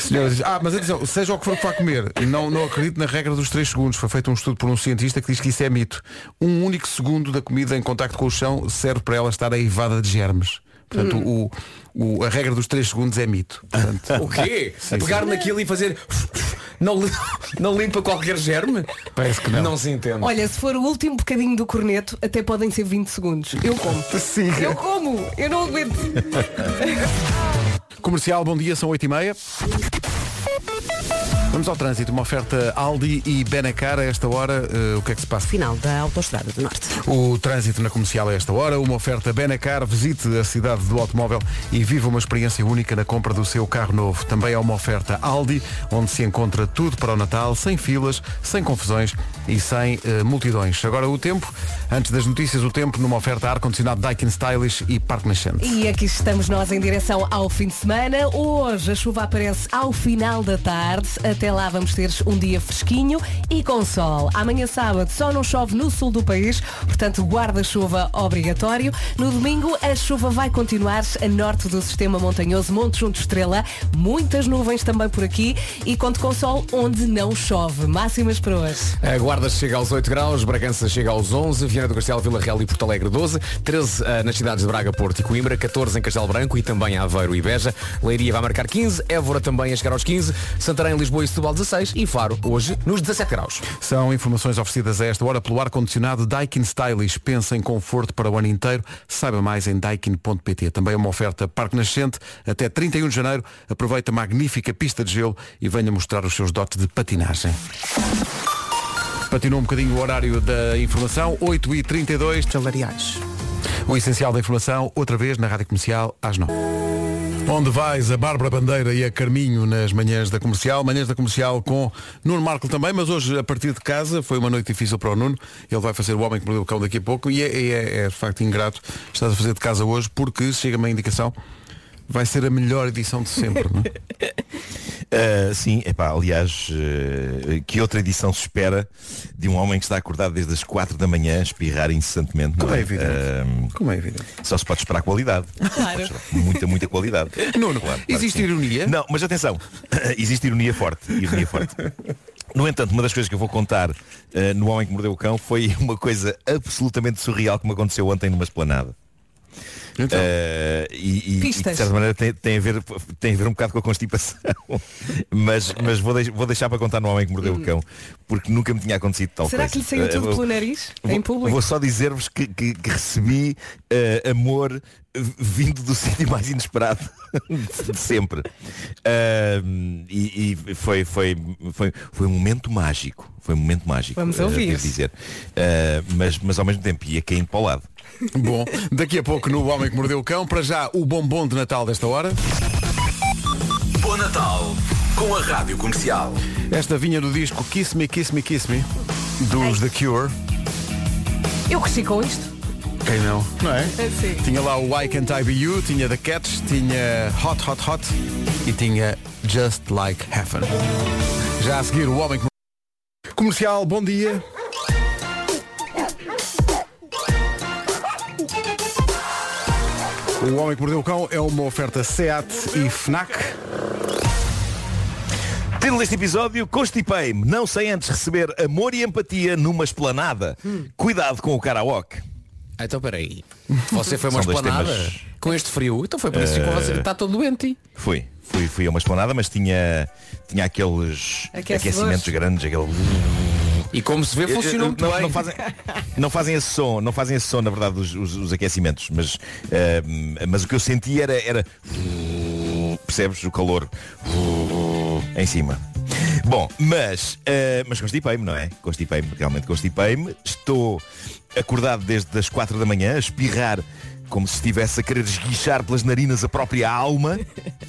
B: Senhoras, ah, mas atenção, seja o que for que vá comer, não, não acredito na regra dos 3 segundos. Foi feito um estudo por um cientista que diz que isso é mito. Um único segundo da comida em contacto com o chão serve para ela estar aivada de germes. Portanto, o, o- a regra dos 3 segundos é mito. Portanto, [laughs]
F: O quê?
B: Sim,
F: Pegar naquilo e fazer. [laughs] Não, li- [laughs] não limpa qualquer germe?
B: Parece que não.
F: Não se entende.
C: Olha, se for o último bocadinho do corneto, até podem ser 20 segundos. Eu como.
B: Sim.
C: Eu como. Eu não aguento.
B: Comercial, bom dia, são 8 e meia. Vamos ao trânsito, uma oferta Aldi e Benacar a esta hora. eh, o que é que se passa?
D: Final da Autostrada do Norte.
B: O trânsito na comercial a esta hora, uma oferta Benacar, visite a cidade do automóvel e viva uma experiência única na compra do seu carro novo. Também há uma oferta Aldi, onde se encontra tudo para o Natal, sem filas, sem confusões e sem eh, multidões. Agora o tempo, antes das notícias, o tempo numa oferta ar-condicionado Daikin Stylish e Parque Nascente.
C: E aqui estamos nós em direção ao fim de semana. Hoje a chuva aparece ao final da tarde. Até lá vamos ter um dia fresquinho e com sol. Amanhã sábado só não chove no sul do país, portanto guarda-chuva obrigatório. No domingo a chuva vai continuar a norte do sistema montanhoso Monte Junto Estrela. Muitas nuvens também por aqui e conto com sol onde não chove. Máximas para hoje.
F: A Guarda chega aos 8 graus, Bragança chega aos 11, Viana do Castelo, Vila Real e Porto Alegre 12, 13 ah, nas cidades de Braga, Porto e Coimbra, 14 em Castelo Branco e também Aveiro e Beja, Leiria vai marcar 15, Évora também a chegar aos 15, Santarém, Lisboa e Setúbal 16 e Faro hoje nos 17 graus.
B: São informações oferecidas a esta hora pelo ar-condicionado Daikin Stylish. Pensa em conforto para o ano inteiro. Saiba mais em daikin.pt. Também é uma oferta Parque Nascente até 31 de janeiro. Aproveita a magnífica pista de gelo e venha mostrar os seus dotes de patinagem. Patinou um bocadinho o horário da informação. 8h32.
A: Salariais.
B: O essencial da informação, outra vez na Rádio Comercial, às 9. Onde vais a Bárbara Bandeira e a Carminho nas manhãs da comercial? Manhãs da comercial com Nuno Marco também, mas hoje a partir de casa foi uma noite difícil para o Nuno. Ele vai fazer o Homem que Mordeu o Cão daqui a pouco e é, é- é, de facto ingrato. Estás a fazer de casa hoje porque, chega-me a indicação, vai ser a melhor edição de sempre. não
E: [laughs]
B: é?
E: Ah, sim, epá, aliás, eh, que outra edição se espera de um homem que está acordado desde as 4 da manhã a espirrar incessantemente? Não
B: Como é
E: é?
B: evidente.
E: Ah,
B: Como é evidente.
E: Só se pode esperar qualidade. Claro. Muita, muita qualidade.
B: [laughs] Nuno,
E: Claro, claro que
B: existe
E: sim.
B: ironia?
E: [laughs] Não, mas atenção, [coughs] existe ironia forte. Ironia forte. No entanto, uma das coisas que eu vou contar eh, no Homem que Mordeu o Cão foi uma coisa absolutamente surreal que me aconteceu ontem numa esplanada.
B: Então,
E: Eh, e, e- e,
C: Pistas.
E: de certa maneira tem, tem a ver, tem a ver um bocado com a constipação. [laughs] mas mas vou, deix- vou deixar para contar no Homem que Mordeu o Cão, porque nunca me tinha acontecido tal
C: Hum. Será
E: coisa.
C: que lhe saiu
E: Eh,
C: tudo
E: vou-
C: pelo nariz? Em
E: Vou-
C: público?
E: Vou só dizer-vos que, que- que recebi eh, amor eh, vindo do [laughs] sítio mais inesperado de sempre. Ahm, e e foi, foi, foi, foi um momento mágico. Foi um momento mágico.
C: Vamos
E: eh,
C: ouvir.
E: devo dizer. Ah, mas, mas ao mesmo tempo ia caindo para o lado.
B: Bom, daqui a pouco no Homem que Mordeu o Cão, para já o bombom de Natal desta hora.
G: Bom Natal com a Rádio Comercial.
B: Esta vinha do disco Kiss Me, Kiss Me, Kiss Me, dos The Cure.
C: Eu cresci com isto.
B: Quem não? Não é?
C: Sim.
B: Tinha lá o Why Can't I Be You, tinha The Cats, tinha Hot Hot Hot e tinha Just Like Heaven. Já a seguir o Homem que Mordeu- Comercial, bom dia. O Homem que Mordeu o Cão é uma oferta SEAT e FNAC.
E: Tendo deste episódio, constipei-me, não sem antes receber amor e empatia numa esplanada.
C: Hum.
E: Cuidado com o karaoke. Ah,
F: Então peraí, [laughs] você foi uma
E: São dois
F: esplanada
E: temas.
F: com este frio, então foi por isso que você está todo doente.
E: Fui, fui, fui a uma esplanada, mas tinha, tinha aqueles
C: Aquecedores.
E: aquecimentos grandes, aquele.
F: E como se vê, funcionou muito
E: não,
F: bem.
E: não fazem, não fazem esse som, não fazem esse som, na verdade, os, os- os aquecimentos, mas, eh, mas o que eu senti era, era. Percebes o calor em cima. Bom, mas, eh, mas constipei-me, não é? Constipei-me, realmente constipei-me. Estou acordado desde as 4 da manhã, a espirrar como se estivesse a querer esguichar pelas narinas a própria alma.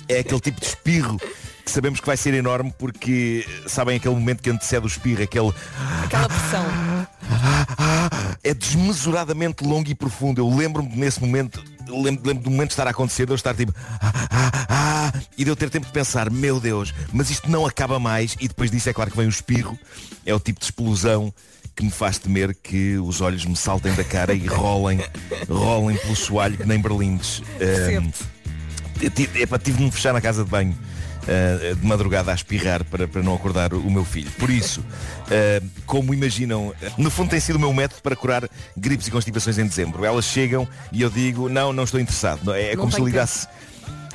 E: É aquele tipo de espirro que sabemos que vai ser enorme porque sabem aquele momento que antecede o espirro, aquele
C: Aquela pressão.
E: é desmesuradamente longo e profundo. Eu lembro-me nesse momento, lembro, lembro do momento de estar a acontecer, de eu estar tipo "Ah, ah, ah", e de eu ter tempo de pensar, meu Deus, mas isto não acaba mais e depois disso é claro que vem o espirro, é o tipo de explosão que me faz temer que os olhos me saltem da cara e rolem, rolem pelo soalho que nem berlindes. Ahm,
C: Percebo-te.
E: eu ti- epá, tive de me fechar na casa de banho ah, de madrugada a espirrar para, para não acordar o meu filho. Por isso, [laughs] ah, como imaginam, no fundo tem sido o meu método para curar gripes e constipações em dezembro. Elas chegam e eu digo, não, não estou interessado. Não, É, é
C: Não
E: como se eu
C: tenho
E: lidasse.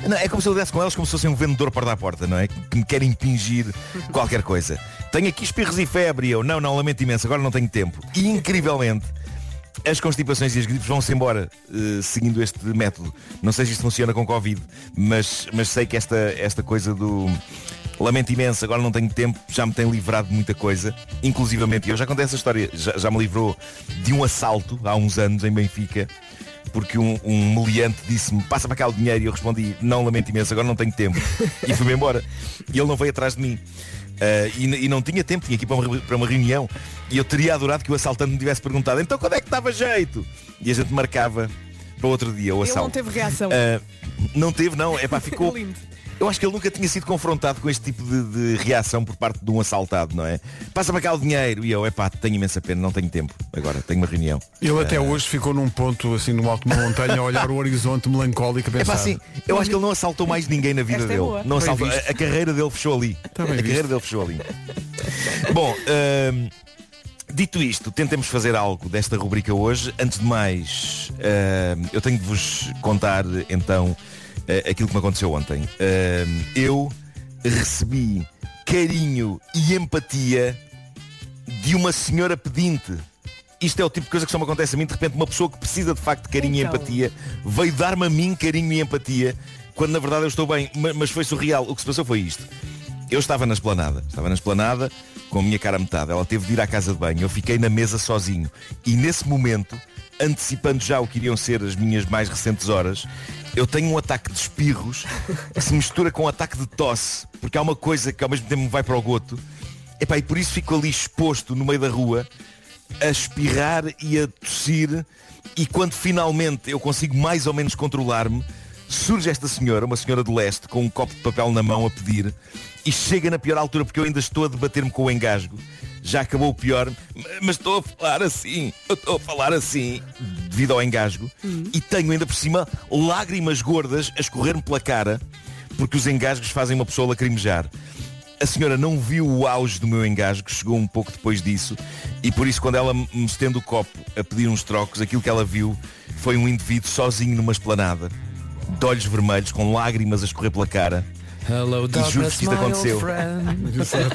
E: Não, é como se eu lidasse com elas como se fosse um vendedor porta a porta, não é? Que me quer impingir qualquer coisa. Tenho aqui espirros e febre e eu, não, não, lamento imenso, agora não tenho tempo. E incrivelmente, as constipações e as gripes vão-se embora eh, seguindo este método. Não sei se isto funciona com Covid, mas, mas sei que esta, esta coisa do lamento imenso, agora não tenho tempo, já me tem livrado de muita coisa, inclusivamente eu já contei essa história, já, já me livrou de um assalto há uns anos em Benfica, porque um, um meliante disse-me, passa para cá o dinheiro, e eu respondi, não lamento imenso, agora não tenho tempo, e fui-me embora. E ele não veio atrás de mim. Ah, e, n- e não tinha tempo, tinha aqui para uma, re- para uma reunião e eu teria adorado que o assaltante me tivesse perguntado então quando é que dava jeito? E a gente marcava para outro dia o
C: Ele
E: assalto.
C: não teve reação.
E: Ah, não teve,
C: [laughs]
E: não. É pá, ficou.
C: Lindo.
E: Eu acho que ele nunca tinha sido confrontado com este tipo de, de reação por parte de um assaltado, não é? Passa para cá o dinheiro. E eu, é pá, tenho imensa pena, não tenho tempo. Agora, tenho uma reunião.
I: Ele
E: É.
I: até hoje ficou num ponto assim no alto de uma montanha a olhar o horizonte melancólico a
E: É
I: pensar.
E: pá, assim, eu acho que ele não assaltou mais ninguém na vida
C: Esta é
E: dele.
C: boa.
E: não
I: Bem
E: assaltou, a,
I: visto.
E: a carreira dele fechou ali.
I: Tá
E: a
I: bem
E: carreira
I: visto.
E: dele fechou ali. [laughs] Bom, hum, dito isto, tentemos fazer algo desta rubrica hoje. Antes de mais, hum, eu tenho de vos contar então eh, aquilo que me aconteceu ontem. Hum, eu recebi carinho e empatia de uma senhora pedinte. Isto é o tipo de coisa que só me acontece a mim. De repente, uma pessoa que precisa de facto de carinho
C: Então.
E: e empatia veio dar-me a mim carinho e empatia quando na verdade eu estou bem. Ma- Mas foi surreal. O que se passou foi isto. Eu estava na esplanada. Estava na esplanada com a minha cara a metade. Ela teve de ir à casa de banho. Eu fiquei na mesa sozinho. E nesse momento, antecipando já o que iriam ser as minhas mais recentes horas, eu tenho um ataque de espirros que se mistura com um ataque de tosse. Porque há uma coisa que ao mesmo tempo me vai para o goto Epá, e por isso fico ali exposto no meio da rua a espirrar e a tossir e quando finalmente eu consigo mais ou menos controlar-me, surge esta senhora, uma senhora do leste, com um copo de papel na mão a pedir e chega na pior altura porque eu ainda estou a debater-me com o engasgo. Já acabou o pior, m- mas estou a falar assim, eu estou a falar assim, devido ao engasgo, e tenho ainda por cima lágrimas gordas a escorrer-me pela cara, porque os engasgos fazem uma pessoa lacrimejar. A senhora não viu o auge do meu engasgo, chegou um pouco depois disso, e por isso quando ela me me estende o copo a pedir uns trocos, aquilo que ela viu foi um indivíduo sozinho numa esplanada, de olhos vermelhos, com lágrimas a escorrer pela cara.
F: Hello,
E: darkness, juro-vos que isto my old aconteceu.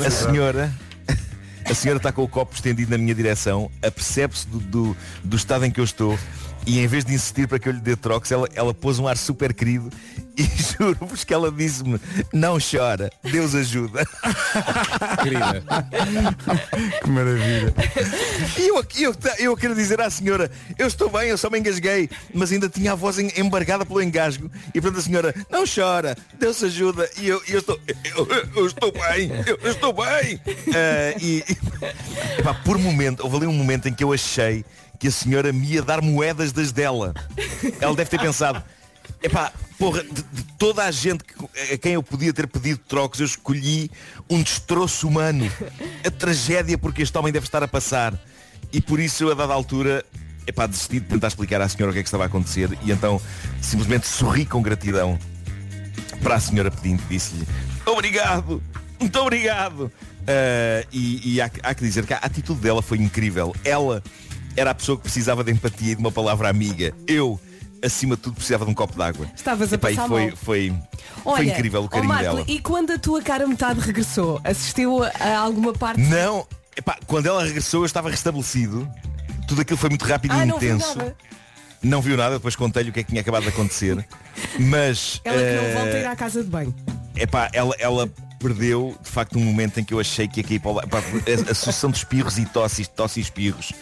E: A senhora, a senhora está com o copo estendido na minha direção, apercebe-se do, do, do estado em que eu estou e em vez de insistir para que eu lhe dê trocos, ela, ela pôs um ar super querido e [laughs] juro-vos que ela disse-me, não chora, Deus ajuda.
F: Querida.
E: [laughs]
I: Que maravilha.
E: E eu, eu, eu quero dizer à senhora, eu estou bem, eu só me engasguei, mas ainda tinha a voz em- embargada pelo engasgo. E portanto a senhora, não chora, Deus ajuda, e eu, eu estou, eu, eu estou bem, eu, eu estou bem. Ah, e e- epá, por momento, houve ali um momento em que eu achei que a senhora me ia dar moedas das dela. Ela deve ter pensado, epá, porra, de, de toda a gente que- a quem eu podia ter pedido trocos, eu escolhi um destroço humano. A tragédia porque este homem deve estar a passar. E por isso eu a dada altura epá, desisti de tentar explicar à senhora o que é que estava a acontecer e então simplesmente sorri com gratidão para a senhora pedinte disse-lhe Obrigado, muito obrigado Ah, E, e há, que- há que dizer que a atitude dela foi incrível Ela era a pessoa que precisava de empatia e de uma palavra amiga Eu, acima de tudo, precisava de um copo de água
C: Estavas a
E: Epá, e
C: passar
E: foi,
C: mal.
E: foi, foi
C: Olha,
E: incrível o
C: ó
E: carinho
C: Marco,
E: dela
C: E quando a tua cara metade regressou, assistiu a- a alguma parte?
E: Não, Epá, quando ela regressou eu estava restabelecido. Tudo aquilo foi muito rápido
C: Ah,
E: e
C: não vi
E: intenso.
C: nada.
E: Não viu nada, depois contei-lhe o que é que tinha acabado de
C: [laughs]
E: acontecer. Mas
C: Ela que não
E: eh,
C: volta a ir à casa de banho.
E: epá, ela, ela perdeu de facto um momento em que eu achei que ia cair para o lado. Epá, a, a sucessão de espirros e tosses, tosse e espirros,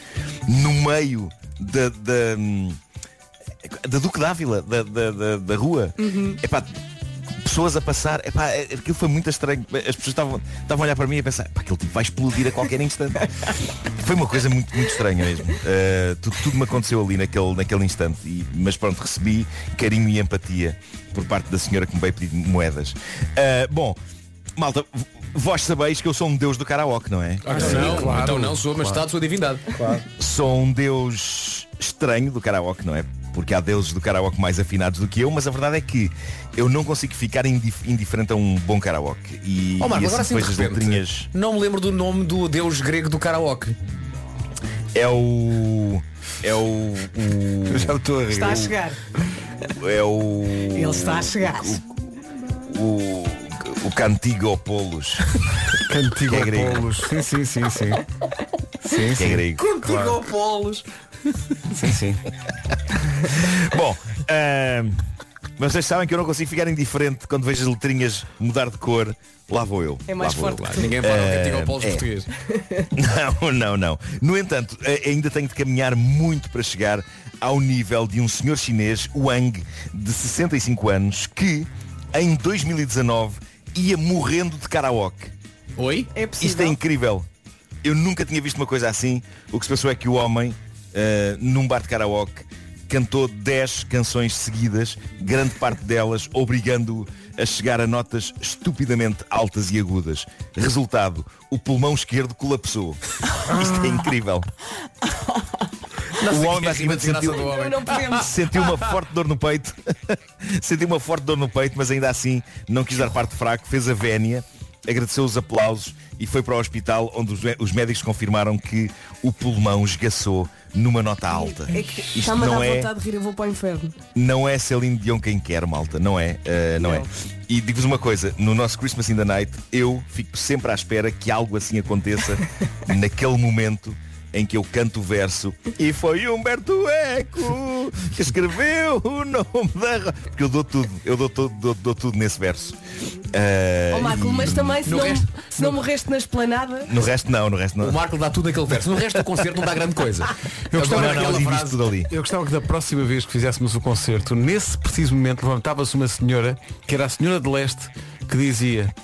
E: no meio da. da hum, da Duque Dávila, da, da, da, da rua. Epá, pessoas a passar, epá, é, aquilo foi muito estranho. As pessoas estavam, estavam a olhar para mim e a pensar, pá, aquele tipo vai explodir a qualquer instante. foi uma coisa muito, muito estranha mesmo. Uh, tudo, tudo me aconteceu ali naquele, naquele instante. E- mas pronto, recebi carinho e empatia por parte da senhora que me veio pedir moedas. Uh, bom, malta, v- vós sabeis que eu sou um deus do karaoke, não é?
F: não, então não sou, mas está a sua divindade.
E: sou um deus estranho do karaoke, não é? Porque há deuses do karaoke mais afinados do que eu, mas a verdade é que eu não consigo ficar indif- indiferente a um bom karaoke. E,
F: Ó Marco,
E: e
F: agora assim de
E: depois as
F: repente,
E: letrinhas
F: Não me lembro do nome do deus grego do karaoke.
E: é o. É o. o-
J: Já estou a rir.
C: Está a chegar.
E: é o.
C: Ele está a chegar.
E: O, o Cantigo Polos,
B: Cantigo
E: Que é grego.
B: Apolos. Sim, sim, sim, sim. Sim,
E: que é
B: sim.
E: grego.
F: Contigo Polos.
B: sim, sim.
E: Bom, ahm, mas vocês sabem que eu não consigo ficar indiferente quando vejo as letrinhas mudar de cor. Lá vou eu.
C: É mais
E: Lá vou eu,
C: forte
E: lá
C: que tu.
F: Ninguém fala
E: Eh,
F: Contigo Polos
E: é.
F: português.
E: Não, não, não. No entanto, a- ainda tenho de caminhar muito para chegar ao nível de um senhor chinês, Wang, de 65 anos, que em 2019 ia morrendo de karaoke.
F: Oi?
C: É
E: Isto é
C: possível.
E: incrível. Eu nunca tinha visto uma coisa assim. O que se passou é que o homem, eh, num bar de karaoke, cantou 10 canções seguidas, grande parte delas obrigando-o a chegar a notas estupidamente altas e agudas. Resultado, o pulmão esquerdo colapsou. Isto é incrível.
F: é
E: o homem
F: Acima
E: basicamente
F: de graça
E: sentiu,
F: do homem.
C: Não podemos.
E: sentiu uma forte dor no peito. [laughs] sentiu uma forte dor no peito, mas ainda assim não quis dar parte fraco, fez a vénia, agradeceu os aplausos e foi para o hospital onde os, os médicos confirmaram que o pulmão esgaçou numa nota alta.
C: É que
E: Isto
C: está-me a
E: não
C: dar
E: é,
C: vontade de rir, eu vou para o inferno.
E: não é Celine Dion quem quer, malta, não é, Uh, não, é. E digo-vos uma coisa, no nosso Christmas in the Night, eu fico sempre à espera que algo assim
C: [laughs]
E: aconteça naquele momento em que eu canto o verso e foi Humberto Eco que escreveu o nome da... ro-" Porque eu dou tudo, eu dou tudo, dou, dou tudo nesse verso. Uh,
C: Ó Marco,
E: e-
C: mas também se
F: No
C: não,
F: resto-
C: se não morreste na esplanada,
E: No resto não, no resto não.
F: O Marco dá tudo naquele verso. No resto do concerto não dá grande coisa.
E: Eu
F: Agora
E: gostava
F: aquela
E: de
F: frase-
B: [laughs]
E: tudo ali.
B: Eu gostava que da próxima vez que fizéssemos o concerto, nesse preciso momento, levantava-se uma senhora, que era a senhora de leste, que dizia,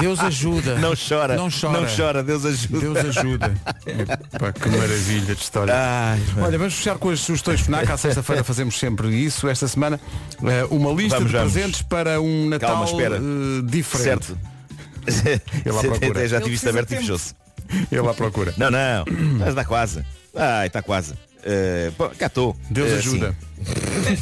B: Deus ajuda.
E: Não chora,
B: Não chora.
E: Deus ajuda. [laughs]
B: Deus ajuda. Epá, que maravilha de história.
E: Ai, mano.
B: Olha, vamos fechar com as sugestões FNAC. À
E: [laughs]
B: sexta-feira fazemos sempre isso. Esta semana, eh, uma lista
E: Vamos,
B: de
E: vamos.
B: presentes para um Natal
E: Calma, espera.
B: eh, diferente.
E: Certo. [laughs] é,
B: Ele à procura.
E: Já tive
C: Ele
E: isto
C: precisa
E: aberto
C: de
E: e
C: tempo.
E: fechou-se.
B: Ele à procura. [clears throat]
E: Não, não. Mas está quase. Ai, está quase. Eh, pô, cá estou.
B: Deus
E: Eh,
B: ajuda.
E: sim.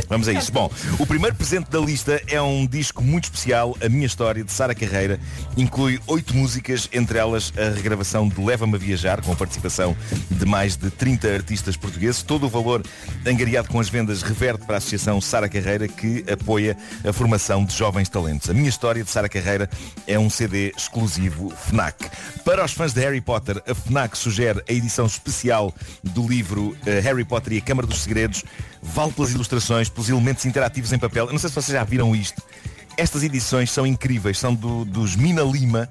E: Vamos a isso. Bom, o primeiro presente da lista é um disco muito especial, A Minha História, de Sara Carreira. Inclui oito músicas, entre elas a regravação de Leva-me a Viajar, com a participação de mais de 30 artistas portugueses. Todo o valor angariado com as vendas reverte para a Associação Sara Carreira, que apoia a formação de jovens talentos. A Minha História, de Sara Carreira, é um CD exclusivo FNAC. Para os fãs de Harry Potter, a FNAC sugere a edição especial do livro eh, Harry Potter e a Câmara dos Segredos. Vale pelas ilustrações, pelos elementos interativos em papel. Eu não sei se vocês já viram isto. Estas edições são incríveis, são do- dos Mina Lima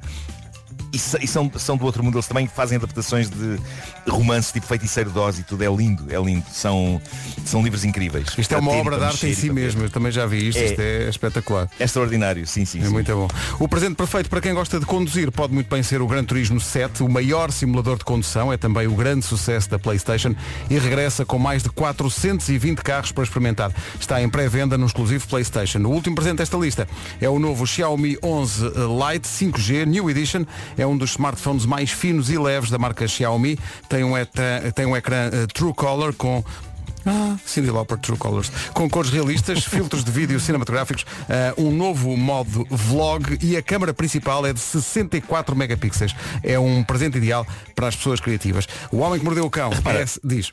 E: e, sa- e são, são do outro mundo. Eles também fazem adaptações de romances tipo Feiticeiro de Oz e tudo. É lindo, é lindo. São, são livros incríveis.
B: Isto é
E: Para
B: uma
E: ter,
B: obra de
E: para
B: arte em
E: mexer e
B: si
E: para ver.
B: mesmo. Eu também já vi isto.
E: É.
B: Isto é espetacular.
E: É extraordinário, sim, sim.
B: É
E: sim.
B: muito bom. O presente perfeito para quem gosta de conduzir pode muito bem ser o Gran Turismo 7, o maior simulador de condução, é também o grande sucesso da PlayStation e regressa com mais de 420 carros para experimentar. Está em pré-venda no exclusivo PlayStation. O último presente desta lista é o novo Xiaomi 11 Lite 5G New Edition. É um dos smartphones mais finos e leves da marca Xiaomi. Tem um ecrã, tem um ecrã eh, True Color com ah, Cindy Lauper True Colors. Com cores [laughs] realistas, filtros de vídeo cinematográficos, ah, um novo modo vlog e a câmara principal é de 64 megapixels. É um presente ideal para as pessoas criativas. O Homem que Mordeu o Cão parece, diz.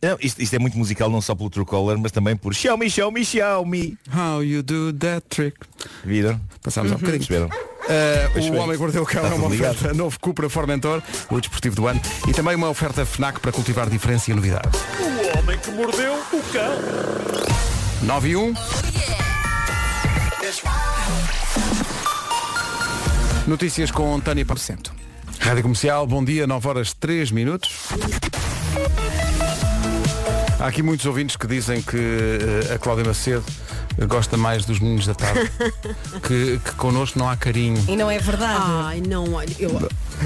E: Não, isto, isto é muito musical não só pelo True Color, mas também por Xiaomi, Xiaomi, Xiaomi.
B: How you do that trick?
E: Viram?
B: Passámos há um bocadinho.
E: Perceberam?
B: Eh, o Homem que Mordeu o Cão é uma oferta novo Cupra Formentor, o desportivo do ano, e também uma oferta FNAC para cultivar diferença e novidade.
K: O homem que mordeu o cão.
B: 9 e 1. Notícias com Tânia Porcento. Rádio Comercial, bom dia, 9 horas 3 minutos. Há aqui muitos ouvintes que dizem que eh, a Cláudia Macedo gosta mais dos meninos da tarde, que, que connosco não há carinho.
C: E não é verdade.
D: Ai, não, olha, eu,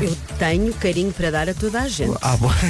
D: eu tenho carinho para dar a toda a gente.
B: Ah, bom. [laughs]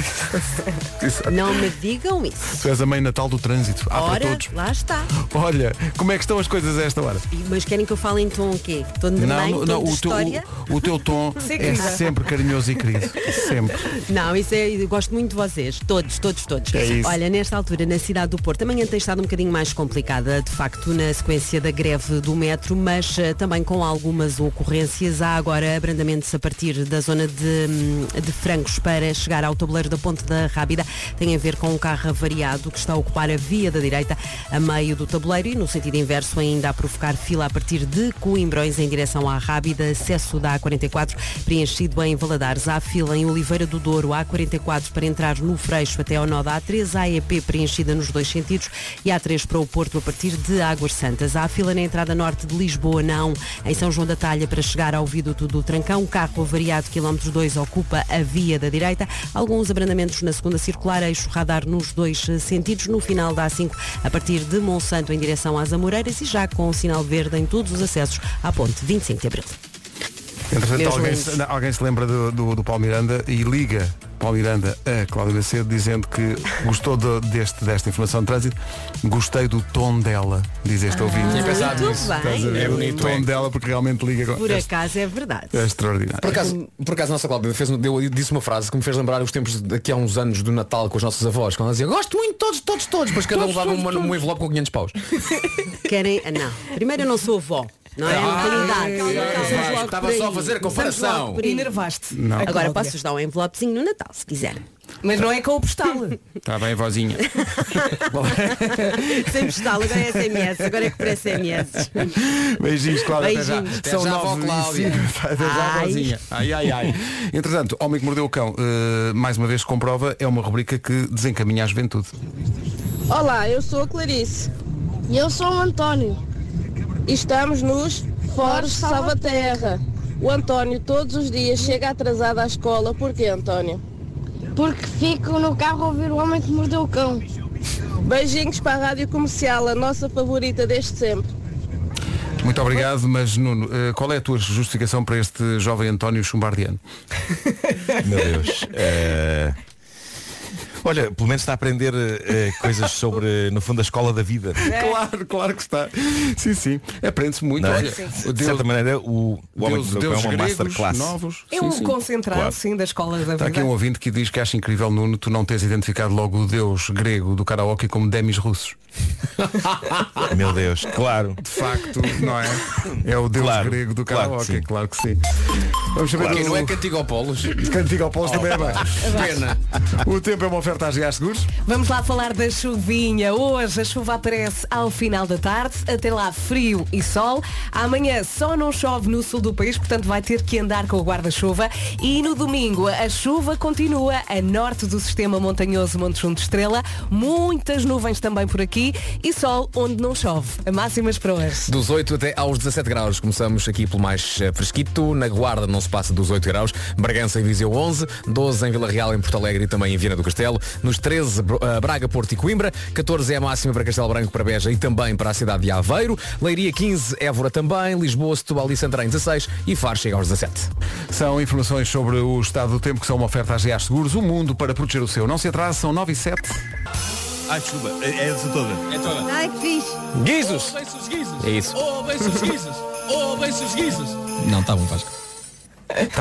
D: Não me digam isso.
B: Tu és a mãe natal do trânsito. Há Ah, para
D: Ora,
B: todos.
D: lá está.
B: Olha, como é que estão as coisas a esta hora?
D: E- Mas querem que eu fale em tom o quê? Tom de mãe? Tom de
B: o, teu,
D: história?
B: o, o teu tom
C: Sim,
B: é
C: querida.
B: sempre carinhoso e querido. Sempre.
D: [laughs] Não, isso é, eu gosto muito de vocês, todos, todos, todos.
B: É isso.
D: Olha, nesta altura, na cidade do Porto, amanhã tem estado um bocadinho mais complicada, de facto, na sequência da greve do metro, mas eh, também com algumas ocorrências. Há agora abrandamentos a partir da zona de, hum, de Francos para chegar ao tabuleiro da Ponte da Rábida. Tem a ver com um carro avariado que está a ocupar a via da direita a meio do tabuleiro e, no sentido inverso, ainda a provocar fila a partir de Coimbrões em direção à Rábida, acesso da A44, preenchido em Valadares. Há fila em Oliveira do Douro, A44 para entrar no Freixo até ao nó da A3, a EP preenchida nos dois sentidos e A3 para o Porto a partir de Águas Santas. Há fila na entrada norte de Lisboa, não, em São João da Talha para chegar ao viaduto do Trancão. Carro avariado, quilómetro 2, ocupa a via da direita. Alguns abrandamentos na segunda circular, eixo radar nos dois eh, sentidos. No final da A5, a partir de Monsanto em direção às Amoreiras e já com o sinal verde em todos os acessos à ponte 25 de Abril.
B: Entretanto,
D: Meus
B: alguém, se-
D: lindos.
B: alguém se lembra do, do, do Paulo Miranda e liga Paulo Miranda a Cláudia Macedo dizendo que gostou do- deste, desta informação de trânsito, gostei do tom dela, diz
D: Ah.
B: este ouvinte.
F: Tinha pensado
D: Muito
F: nisso.
B: Estás a
D: bem.
B: ver?
F: É bonito,
B: o tom
F: é.
B: dela porque realmente liga com.
D: Por
B: É,
D: acaso é verdade.
B: é extraordinário.
F: Por acaso, por acaso a nossa Cláudia fez, deu, disse uma frase que me fez lembrar os tempos daqui a uns anos do Natal com os nossos avós, quando ela dizia gosto muito de todos, todos, todos, mas cada um levava uma- um envelope com 500 paus.
D: Querem. ah, Não. Primeiro eu não sou avó. Não é? Não
F: Ah,
D: tenho idade. Calma, calma,
F: Vasco,
D: vamos logo
F: é. estava
D: por aí.
F: só a fazer
D: Vamos
F: a
D: logo
F: comparação.
D: por aí.
C: Enervaste. a
D: Agora
C: Cláudia.
D: posso-vos dar um envelopezinho no Natal, se quiserem.
C: Mas não é com o postal.
B: Está bem, vozinha.
D: [laughs] sem postal, agora é SMS, agora é que por SMS.
B: Beijinhos, Cláudia. até já.
D: Beijinhos.
B: São
F: Até já, vó
B: nove
F: Cláudia.
B: e cinco. [laughs] Até já,
D: Ai.
B: vozinha. Ai, ai,
F: [laughs]
B: ai. Entretanto, Homem que Mordeu o Cão, eh, mais uma vez comprova, é uma rubrica que desencaminha a juventude.
L: Olá, eu sou a Clarice
M: E eu sou o António.
L: e estamos nos Foros Salvaterra. O António todos os dias chega atrasado à escola. Porquê, António?
M: Porque fico no carro a ouvir o homem que mordeu o cão.
L: Beijinhos para a Rádio Comercial, a nossa favorita desde sempre.
B: Muito obrigado, mas Nuno, eh, qual é a tua justificação para este jovem António Chumbardiano?
E: Meu Deus. Eh, Olha, pelo menos está a aprender eh, coisas sobre, no fundo, a escola da vida.
B: [laughs]
F: É,
B: Claro, claro que está. Sim, sim. Aprende-se muito.
E: Não é?
B: Olha, o
E: De
B: Deus,
E: certa maneira, o, o homem
B: Deus,
E: que
B: Deus
E: é uma
B: gregos,
E: masterclass.
B: novos.
C: É
B: Sim,
C: um
B: sim.
C: concentrado,
E: Claro. Tá
C: sim, da escola da
B: Está
C: vida.
B: aqui um ouvinte que diz que acha incrível, Nuno, tu não teres identificado logo o Deus grego do karaoke como demis russos.
E: Ah, Meu Deus, claro.
B: De [laughs] facto, não é? É o Deus
E: Claro,
B: grego do
E: claro
B: karaoke,
E: que sim.
B: claro que sim. Vamos saber
F: Quem
B: do-
F: não é Cantigopolos?
B: Cantiga ao Pós também [laughs] é bem.
F: Pena.
B: O tempo é uma oferta às GA Seguros.
C: Vamos lá falar da chuvinha. Hoje a chuva aparece ao final da tarde, até lá frio e sol. Amanhã só não chove no sul do país, portanto vai ter que andar com o guarda-chuva. E no domingo a chuva continua a norte do sistema montanhoso Monte Junto Estrela. Muitas nuvens também por aqui e sol onde não chove. Máximas para hoje.
F: Dos 8 até aos 17 graus. Começamos aqui pelo mais eh, fresquito. Na Guarda não se passa dos 8 graus. Bragança e Viseu 11. 12 em Vila Real, em Porto Alegre e também em Viana do Castelo. Nos 13, Bro- eh, Braga, Porto e Coimbra. 14 é a máxima para Castelo Branco, para Beja e também para a cidade de Aveiro. Leiria 15, Évora também. Lisboa, Setúbal e Santarém 16. E Faro chega aos 17.
B: São informações sobre o estado do tempo que são uma oferta às GA Seguros. O mundo para proteger o seu. Não se atrase, são 9 e 7.
E: Ai, desculpa, é essa toda.
D: Ai, que fixe.
F: Guizos!
K: Ouvem-se os guizos.
F: É isso.
K: Ouvem-se os guizos. Ouvem-se os guizos.
F: Não, está bom, Vasco.
B: Está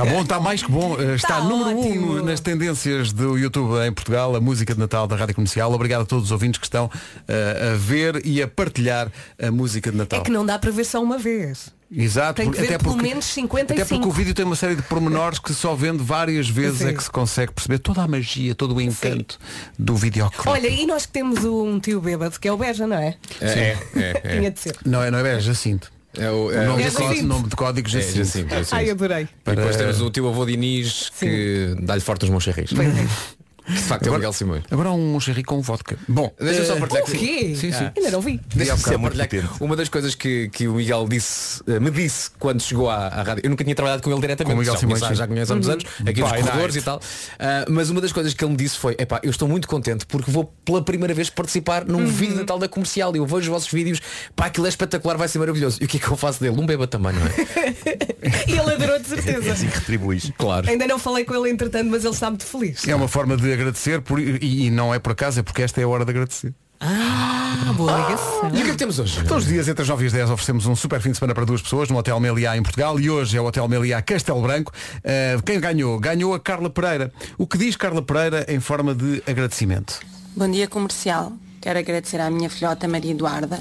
B: Tá bom, está mais que bom. Eh, Está
C: Está
B: número 1
C: Tá ótimo.
B: um nas tendências do YouTube em Portugal, a música de Natal da Rádio Comercial. Obrigado a todos os ouvintes que estão eh, a ver e a partilhar a música de
C: É
B: Natal.
C: que não dá para ver só uma vez.
B: Exato,
C: Tem que
B: porque-
C: ver pelo menos 55.
B: Até porque o vídeo tem uma série de pormenores que só vendo várias vezes
C: Sim.
B: é que se consegue perceber toda a magia, todo o encanto do videoclipe.
C: Olha, e nós que temos um tio bêbado, que é o Beja, não é?
F: É, é, é.
C: Tinha de ser.
B: Não é, não é, é Jacinto.
F: É o,
B: O nome,
C: É
B: de código,
C: Jacinto.
B: nome de código
F: É,
B: Jacinto.
F: Jacinto, Jacinto.
C: Ai, adorei.
F: E depois temos o tio avô de Inês que dá-lhe forte os moncharris. De facto é o Miguel Simões.
B: Agora há um moncherri com vodka. Bom,
F: Deixa-me só
B: eh,
F: partilhar
C: O
F: que-
C: quê?
B: Sim,
E: Ah.
B: sim.
C: Ainda não vi.
F: Deixa-me
E: Isso
F: só
E: é muito
F: partilhar.
E: potente.
F: Uma das coisas que, que o Miguel disse, eh, me disse quando chegou à, à rádio, eu nunca tinha trabalhado com ele diretamente,
B: Com o Miguel
F: já,
B: Simões,
F: conheço-
B: sim.
F: já conheço há
C: Uhum.
F: uns anos, aqui nos
B: By
F: corredores
B: night.
F: e tal, Ah, mas uma das coisas que ele me disse foi, epá, eu estou muito contente porque vou pela primeira vez participar
C: Uhum.
F: num vídeo de Natal da comercial e eu vejo os vossos vídeos, pá, aquilo é espetacular, vai ser maravilhoso. E o que é que eu faço dele? Um beba também, não é?
C: E ele adorou de certeza.
E: assim que retribuís.
F: Claro.
C: Ainda não falei com ele entretanto, mas ele está muito feliz.
B: é uma forma de agradecer por- e, e não é por acaso, é porque esta é a hora de agradecer.
D: Ah, boa ligação.
F: E o que é que temos hoje?
B: Todos os dias, entre as 9 e as 10, oferecemos um super fim de semana para duas pessoas no Hotel Meliá em Portugal e hoje é o Hotel Meliá Castelo Branco. Eh, quem ganhou? Ganhou a Carla Pereira. O que diz Carla Pereira em forma de agradecimento?
N: Bom dia comercial. Quero agradecer à minha filhota Maria Eduarda.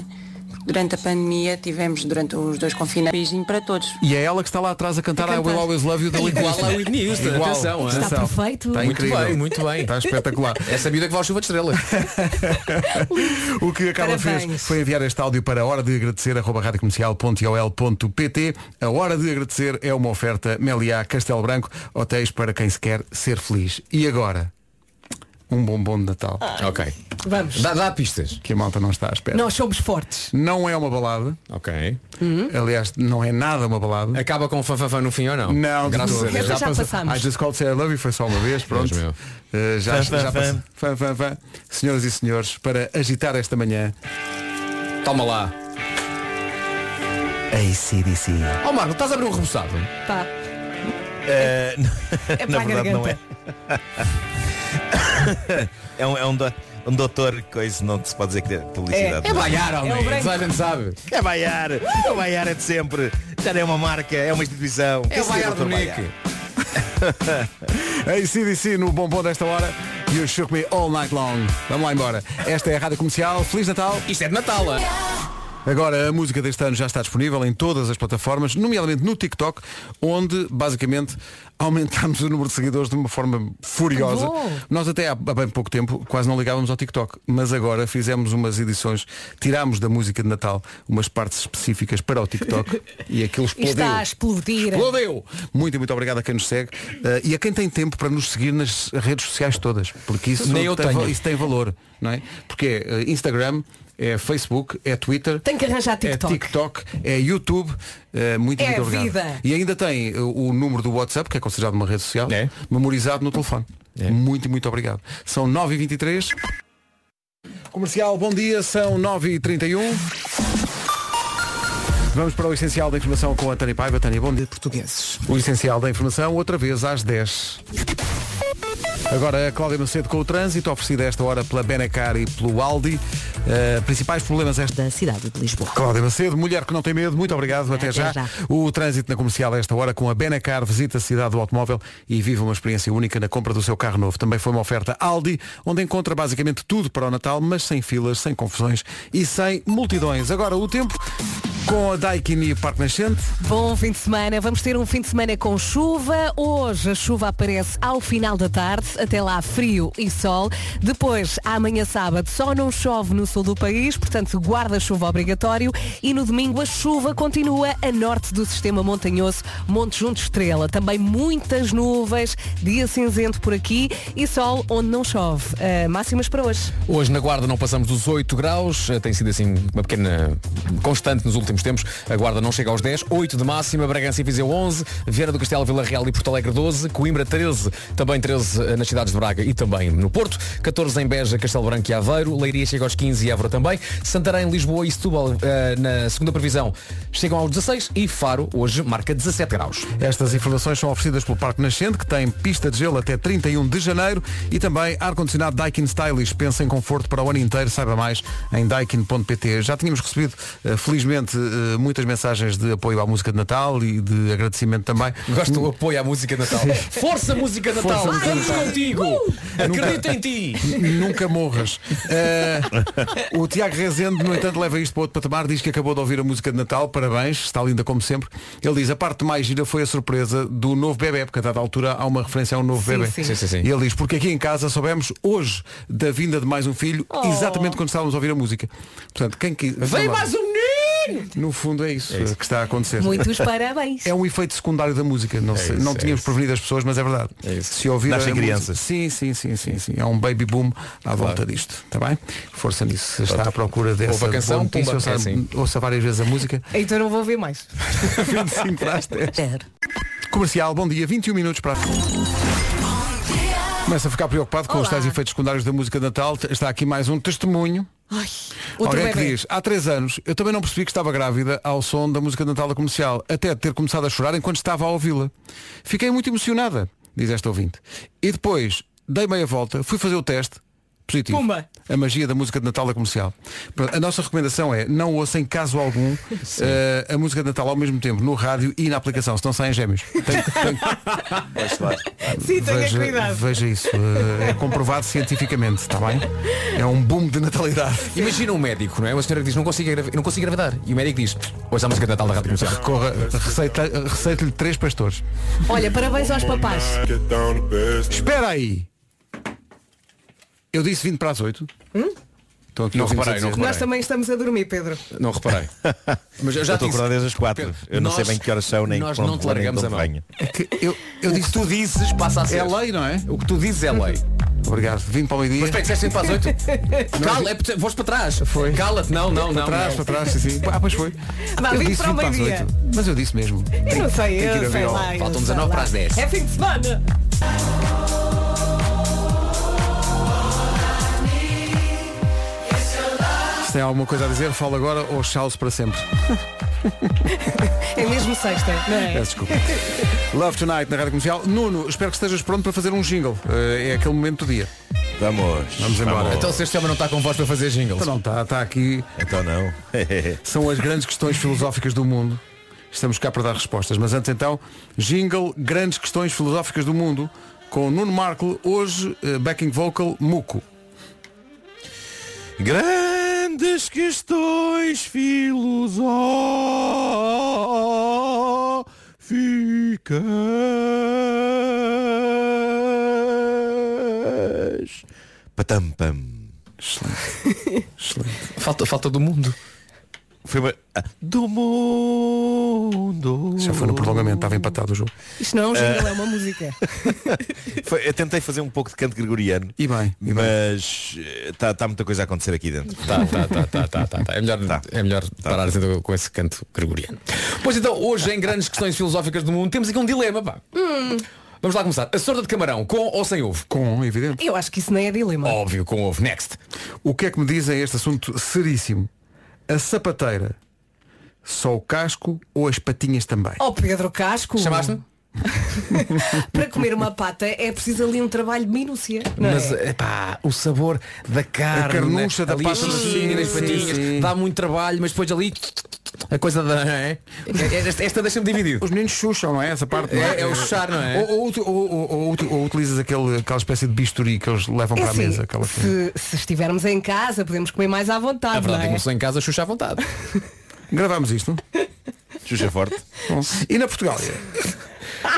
N: porque Durante a pandemia tivemos durante os dois confinamentos. um Beijinho para todos.
B: E é ela que está lá atrás a cantar,
N: A
B: I
N: cantar.
B: Will Always Love You da Whitney
F: [laughs] Igual
B: Houston.
F: a Whitney Houston,
B: Igual.
F: atenção,
D: Está
B: atenção.
D: perfeito.
B: Está
F: Muito
B: incrível.
F: bem, muito bem.
B: Está
F: [laughs]
B: espetacular.
F: Essa miúda que vale chuva de
B: [laughs]
F: estrelas.
B: O que a Carla
C: Parabéns.
B: fez foi enviar este áudio para a hora de agradecer arroba radiocomercial.ol.pt. A hora de agradecer é uma oferta Meliá Castelo Branco, hotéis para quem se quer ser feliz. E agora, um bombom de Natal,
C: Ah.
F: ok.
C: Vamos.
F: Dá, dá pistas.
B: que a malta não está à espera.
C: Nós somos fortes.
B: Não é uma balada,
F: Ok.
C: Hum?
B: aliás, não é nada uma balada.
F: Acaba com fanfafã no fim ou não?
B: Não, de
F: graças
B: todo.
F: a Deus.
C: Essa já
B: passou.
C: passámos.
B: I just called Say I Love You foi só uma vez, pronto.
F: meu.
B: Eh, já
E: Fã,
B: já
E: fã,
B: passou.
E: fã.
B: Fã, fã, fã. Senhoras e senhores, para agitar esta manhã,
C: É
F: Toma lá.
B: ACDC.
F: Ó Marco, estás a abrir um reboçado?
C: Pá,
E: Ah,
C: Tá. é
E: na
C: para
F: tá
C: a
E: verdade não é.
C: garganta.
E: É um, é um, do- um doutor, coisa, não se pode dizer que é publicidade.
F: É baiar,
C: É o
F: homem.
C: branco.
F: Toda a gente sabe.
E: É Baiar, é Baiar é de sempre. Já não é uma marca, é uma instituição.
F: É o baiar do Nick.
B: [laughs] ACDC no bombom desta hora. You shook me all night long. Vamos lá embora. Esta é a Rádio Comercial. Feliz Natal.
F: Isto é de Natal, ah.
B: Agora, a música deste ano já está disponível em todas as plataformas, nomeadamente no TikTok, onde, basicamente, aumentámos o número de seguidores de uma forma furiosa.
C: Bom.
B: Nós até há, há bem pouco tempo quase não ligávamos ao TikTok, mas agora fizemos umas edições, tirámos da música de Natal umas partes específicas para o
F: [laughs]
B: TikTok e aquilo
C: E
B: explodiu.
C: está a explodir.
B: Explodeu! Muito e muito obrigado a quem nos segue eh, e a quem tem tempo para nos seguir nas redes sociais todas, porque isso,
F: Nem eu
B: tem,
F: tenho.
B: va- isso tem valor, não é? Porque é eh, Instagram, é Facebook, é Twitter,
C: Tem que arranjar TikTok.
B: é TikTok, é YouTube, eh, muito e
C: É
B: muito obrigado.
C: vida.
B: E ainda tem eh, o número do WhatsApp, que é considerado uma rede social,
F: É.
B: memorizado no telefone. Muito e muito obrigado. São 9h23. Comercial, bom dia, são 9h31. Vamos para o essencial da informação com a Tânia Paiva. Tânia, bom dia. Portugueses. O essencial da informação, outra vez às 10. Agora a Cláudia Macedo com o trânsito, oferecida a esta hora pela Benacar e pelo Aldi. Eh, principais problemas esta
D: Da cidade de Lisboa.
B: Cláudia Macedo, mulher que não tem medo, muito obrigado, até,
D: até
B: já.
D: já.
B: O trânsito na comercial a esta hora com a Benacar visita a cidade do automóvel e vive uma experiência única na compra do seu carro novo. Também foi uma oferta Aldi, onde encontra basicamente tudo para o Natal, mas sem filas, sem confusões e sem multidões. Agora o tempo com a Daikin e o Parque Nascente.
C: Bom fim de semana. Vamos ter um fim de semana com chuva. Hoje a chuva aparece ao final da tarde. Até lá frio e sol. Depois, amanhã sábado, só não chove no sul do país. Portanto, guarda-chuva obrigatório. E no domingo a chuva continua a norte do sistema montanhoso Monte Junto Estrela. Também muitas nuvens, dia cinzento por aqui e sol onde não chove. Ah, máximas para hoje.
E: [laughs]
F: Hoje na Guarda não passamos dos 8 graus, eh, tem sido assim uma pequena constante nos últimos tempos. A Guarda não chega aos 10, 8 de máxima, Bragança e Viseu 11, Vieira do Castelo, Vila Real e Porto Alegre 12, Coimbra 13, também 13 eh, nas cidades de Braga e também no Porto, 14 em Beja, Castelo Branco e Aveiro, Leiria chega aos 15 e Évora também, Santarém, Lisboa e Setúbal eh, na segunda previsão chegam aos 16 e Faro hoje marca 17 graus.
B: Estas informações são oferecidas pelo Parque Nascente, que tem pista de gelo até 31 de janeiro e também ar-condicionado Daikin Stylish. Pensa em conforto para o ano inteiro, saiba mais em daikin.pt. Já tínhamos recebido, eh, felizmente, eh, muitas mensagens de apoio à música de Natal e de agradecimento também.
F: Gosto do apoio à música
C: [laughs]
F: de Natal. Força música de Natal,
B: Força, música de
F: estamos contigo! Acredita em ti!
B: Nunca morras. Eh, o Tiago Rezende, no entanto, leva isto para outro patamar. Diz que acabou de ouvir a música de Natal. Parabéns, está linda como sempre. Ele diz, a parte mais gira foi a surpresa do novo bebê, porque a dada altura há uma referência a um novo bebê.
C: sim.
F: Sim, sim, sim.
B: E ele diz, porque aqui em casa soubemos hoje da vinda de mais um filho, exatamente quando estávamos a ouvir a música. Portanto, quem quis...
F: Vem mais um menino!
C: sério?
B: No fundo é isso, que está a acontecer.
C: Muitos parabéns.
B: É um efeito secundário da música. Não, sei,
E: isso,
B: não
E: é
B: tínhamos prevenido as pessoas, mas é verdade. Se ouvir
E: Nascem
B: a
E: crianças.
B: Música, sim, sim, sim, sim, sim. É um baby boom à volta disto. Está bem? Força nisso. Se está à procura dessa
F: Ouve a canção,
B: boa notícia,
F: pumba,
B: ouça,
F: é assim.
B: ouça várias vezes a música.
C: Então não vou ver mais.
B: 25 para as 10. Comercial, bom dia, 21 minutos para. Começa a ficar preocupado com os tais efeitos secundários da música de Natal. Está aqui mais um testemunho.
C: Ai, outro
B: Alguém que
C: bebê.
B: diz, há três anos eu também não percebi que estava grávida ao som da música de Natal da comercial, até ter começado a chorar enquanto estava a ouvi-la. Fiquei muito emocionada, diz esta ouvinte. E depois dei meia volta, fui fazer o teste, positivo.
C: Pumba.
B: A magia da música de Natal da comercial. Pronto, A nossa recomendação é não ouça em caso
C: [laughs]
B: algum eh, a música de Natal ao mesmo tempo, no rádio e na aplicação, senão saem gêmeos. Tem- tem-
C: Sim, tenha
B: veja,
C: cuidado.
B: veja isso. eh, é comprovado cientificamente, está bem? É um boom de natalidade.
F: Imagina um médico, não é? Uma senhora que diz, não consigo, gravi- não consigo engravidar. E o médico diz, hoje há música de Natal da Rádio Comercial.
B: Recorra, receita- receita-lhe três pastores.
C: Olha, parabéns aos papás.
B: Espera aí! Eu disse 20 para as 8.
C: Hum?
B: Estão aqui
F: Não
B: ouvintes a
F: reparei, não
B: dizer.
C: Nós também estamos a dormir, Pedro.
F: Não reparei. [laughs] Mas eu já
E: estou
F: disse-
E: acordado desde as quatro.
F: Pedro,
E: Eu não sei
F: nós-
E: bem que horas são, nem
F: nós
E: para
F: não
E: onde
F: te
E: vou, nem
F: largamos
E: de onde
F: a mão.
E: venho.
B: É que eu, eu
F: O
B: disse
F: que tu dizes passa a ser.
B: é lei, não é?
F: O que tu dizes é lei.
B: Obrigado. 20 para o meio-dia.
F: Mas espera, disseste sempre para as oito? Cala, é, porque- foste para trás. Foi. Cala-te, não, não, não.
B: Para trás,
F: não.
B: para trás, sim, sim. Ah, pois foi.
C: Vá,
B: eu
C: 20
B: disse
C: para o
B: 20 para as
C: meio-dia.
B: 8. Mas eu disse mesmo.
C: Eu não sei,
B: que ir a
C: eu sei
B: ver ao-
C: lá. eu sei
F: faltam 19
C: lá.
F: para as 10.
C: É fim de semana.
B: Se tem alguma coisa a dizer, fala agora ou chau-se para sempre.
C: [laughs] É mesmo sexta, não é?
B: Peço desculpa. Love Tonight na Rádio Comercial. Nuno, espero que estejas pronto para fazer um jingle. Eh, é aquele momento do dia.
E: Vamos.
B: Vamos embora.
F: Então se este homem não está com voz para fazer jingles.
B: Então não está, está aqui.
E: Então não. [laughs]
B: São as grandes questões filosóficas do mundo. Estamos cá para dar respostas. Mas antes então, jingle, grandes questões filosóficas do mundo, com Nuno Marco, hoje eh, backing vocal Muco.
E: Grandes questões filosóficas. Patam pam.
F: Falta, falta do mundo.
E: Foi uma... ah, Do mundo.
B: Já foi no prolongamento, estava empatado o jogo.
C: Isto não é um jingle, é uma música.
E: Foi- eu tentei fazer um pouco de canto gregoriano.
B: E bem, e bem.
E: Mas está muita coisa a acontecer aqui dentro.
F: Tá, tá, tá, tá, tá, tá, tá. É melhor, É melhor parar então, com esse canto gregoriano. Pois então, hoje em grandes questões filosóficas do mundo, temos aqui um dilema, pá. Hum. Vamos lá começar. A sorda de camarão, com ou sem ovo?
B: Com, evidente.
C: Eu acho que isso nem é dilema.
F: Óbvio, com ovo. Next.
B: O que é que me dizem este assunto seríssimo? A sapateira, só o casco ou as patinhas também?
C: Oh Pedro Casco.
F: Chamaste-me?
C: Para comer uma pata é preciso ali um trabalho de minúcia. Não
F: Mas,
C: é?
F: pá, o sabor da carne.
B: A carnucha da
F: ali,
B: pasta
F: as
B: da
F: coxinhas,
B: sim,
F: as patinhas,
B: sim.
F: Dá muito trabalho, mas depois ali... A coisa da... [laughs] é? Esta, esta deixa-me dividido.
B: Os meninos chucham, não é? Essa parte. não
F: É, é o chuchar, não é?
B: Ou, ou uti- ou- ou- ou uti- ou utilizas aquele, aquela espécie de bisturi que eles levam
C: É
B: para
C: assim,
B: a mesa. Aquela...
C: se, se estivermos em casa podemos comer mais à vontade.
F: A verdade é
C: não
F: que
C: é?
F: começou em casa, xuxa à vontade.
B: Gravámos isto?
E: Xuxa forte.
B: Bom. E na Portugal?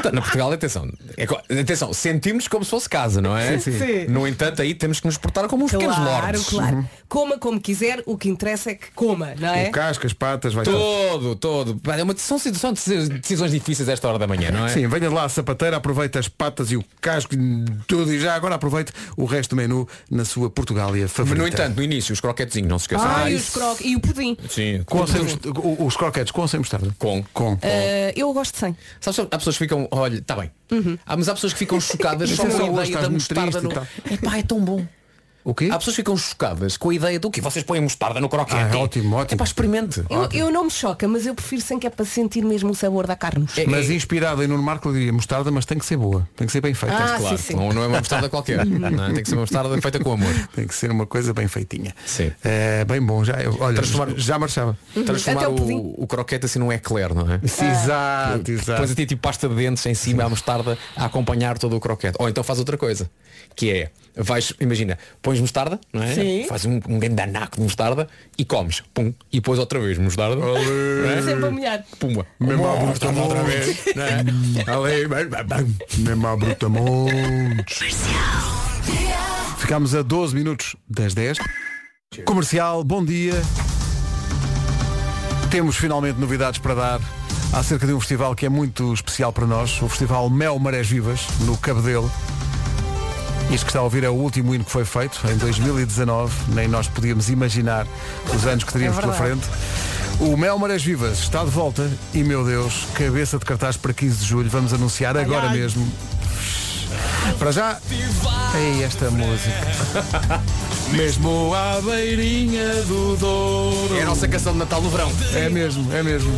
F: Tá, Na Portugal, atenção. É co- atenção, sentimos como se fosse casa, não é?
C: Sim, sim.
F: No entanto, aí temos que nos portar como uns pequenos
C: Claro,
F: lordes.
C: claro. Coma como quiser, o que interessa é que coma, não é?
B: O casco, as patas, vai tudo.
F: Todo, todo. Pá, É uma, são, decisões- são decisões difíceis a esta hora da manhã, não é?
B: Sim, venha de lá a sapateira, aproveita as patas e o casco e tudo e já agora aproveite o resto do menu na sua Portugália
F: Mas,
B: favorita.
F: no entanto, no início, os croquetezinhos, não se esqueçam.
C: Ai, os croques e Ah, o pudim.
F: Sim,
B: com
F: com,
B: ou sem mostarda? O- os croquetes com ou sem mostarda?
F: com,
B: Com.
C: Ah, eu gosto sem.
F: Sabes, há pessoas que ficam, olha, está bem.
C: Uhum.
F: Há, mas há pessoas que
C: [laughs]
F: ficam chocadas
B: Mas
F: só
B: é
C: um
B: só
F: com a
B: hoje,
F: ideia
B: estás
F: da
B: muito
F: mostarda
B: triste
F: no.
B: e tal.
F: Epá, é tão bom.
B: O quê?
F: Há pessoas que ficam chocadas com a ideia do que vocês põem mostarda no croquete.
B: Ah, ótimo, ótimo.
F: Epá, experimente.
C: Eu, eu não me choca, mas eu prefiro sem que é para sentir mesmo o sabor da carne.
F: É-
B: Mas inspirado em Nuno Marco, eu diria mostarda, mas tem que ser boa. Tem que ser bem feita.
C: Ah,
F: Claro,
C: sim, sim.
F: Não, não é uma mostarda qualquer. não é? Tem que ser uma mostarda feita com amor.
B: Uhum. [laughs] Tem que ser uma coisa bem feitinha.
F: Sim. Então.
B: É, bem bom, já, eu- olha,
F: Transformar-
B: já marchava.
F: Transformar
C: Uhum. Até o pudim. Ah.
F: o, o croquete assim num eclair, não é?
B: Exato,
F: Depois a
B: exato.
F: ti tipo pasta de dentes em cima à mostarda a acompanhar todo o croquete. Ou então faz outra coisa, que é, vais, imagina, pões mostarda, não é?
C: Sim.
F: Faz um, um grande anaco de mostarda e comes, pum, e depois outra vez mostarda. não é?
C: Sempre a molhar.
F: Pumba.
B: Mesmo à bruta outra vez. é?
F: [laughs]
B: Mesmo à bruta montes. Ficámos a 12 minutos das 10. Comercial, bom dia. Temos finalmente novidades para dar acerca de um festival que é muito especial para nós, o Festival Mel Marés Vivas, no Cabedelo. Isto que está a ouvir é o último hino que foi feito, em 2019, nem nós podíamos imaginar os anos que teríamos
O: É
B: pela
O: verdade.
B: frente. O Mel Marés Vivas está de volta e, meu Deus, cabeça de cartaz para 15 de julho, vamos anunciar agora
O: ai.
B: mesmo. Para já, ei esta música.
F: [laughs] Mesmo à beirinha do Douro. É a nossa canção de Natal no verão.
B: É mesmo, é mesmo.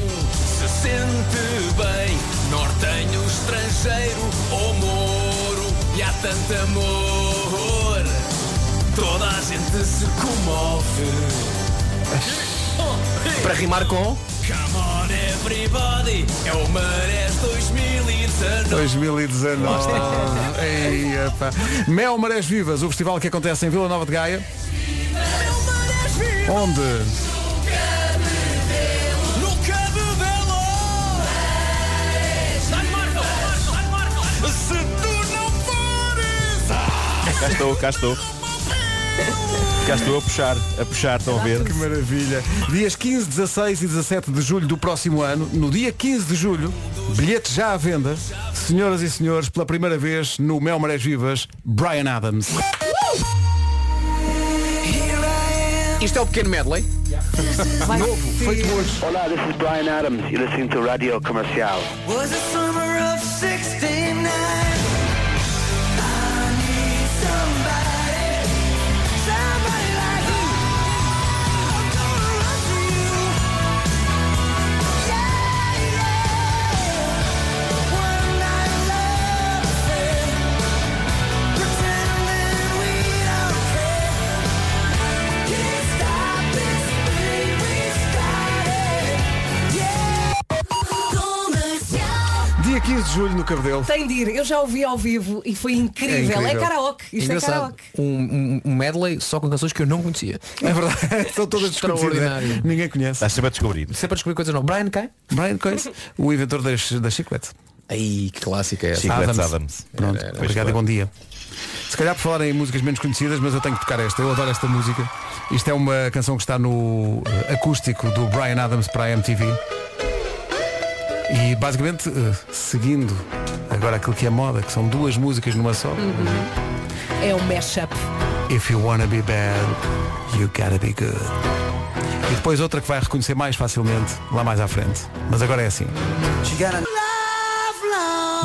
L: Se sente bem, nortenho, um estrangeiro ou moro. E há tanto amor, toda a gente se comove.
F: Para rimar com.
L: Come on everybody, é o Marés 2019.
B: 2019. Ei, epá. Mel Marés Vivas, o festival que acontece em Vila Nova de Gaia.
L: É
B: Onde?
L: Se tu não fores
E: Cá estou, cá estou. Cá estou a puxar, a puxar, estão a ver.
B: Que maravilha. Dias 15, 16 e 17 de julho do próximo ano, no dia 15 de julho, bilhete já à venda, senhoras e senhores, pela primeira vez no Mel Marés Vivas, Brian Adams.
F: Isto é o pequeno medley.
B: Novo, feito hoje.
P: Olá, this is Brian Adams. You listen to Radio Comercial.
L: Was a summer of 69
B: Dia 15 de julho no Cabedelo.
C: Tem de ir, eu já ouvi ao vivo e foi incrível. É, karaoke, isto é
F: Engraçado.
C: karaoke.
F: Um, um- um medley só com canções que eu não conhecia.
B: É verdade, [laughs] são todas desconhecidas. né? Ninguém conhece. Estás
E: sempre a descobrir.
F: Sempre a é descobrir coisas novas. Brian quem?
B: Brian Coyce, o inventor das, da chiclete.
F: Aí, que clássica é essa.
B: Adams. Pronto,
F: Era, era.
B: obrigado e bom dia. Se calhar por falar em músicas menos conhecidas, mas eu tenho que tocar esta. Eu adoro esta música. Isto é uma canção que está no eh, acústico do Brian Adams para a MTV. E basicamente, eh, seguindo agora aquilo que é moda, que são duas músicas numa só.
C: É um mashup.
B: If you wanna be bad, you gotta be good. E depois outra que vai reconhecer mais facilmente lá mais à frente. Mas agora é assim.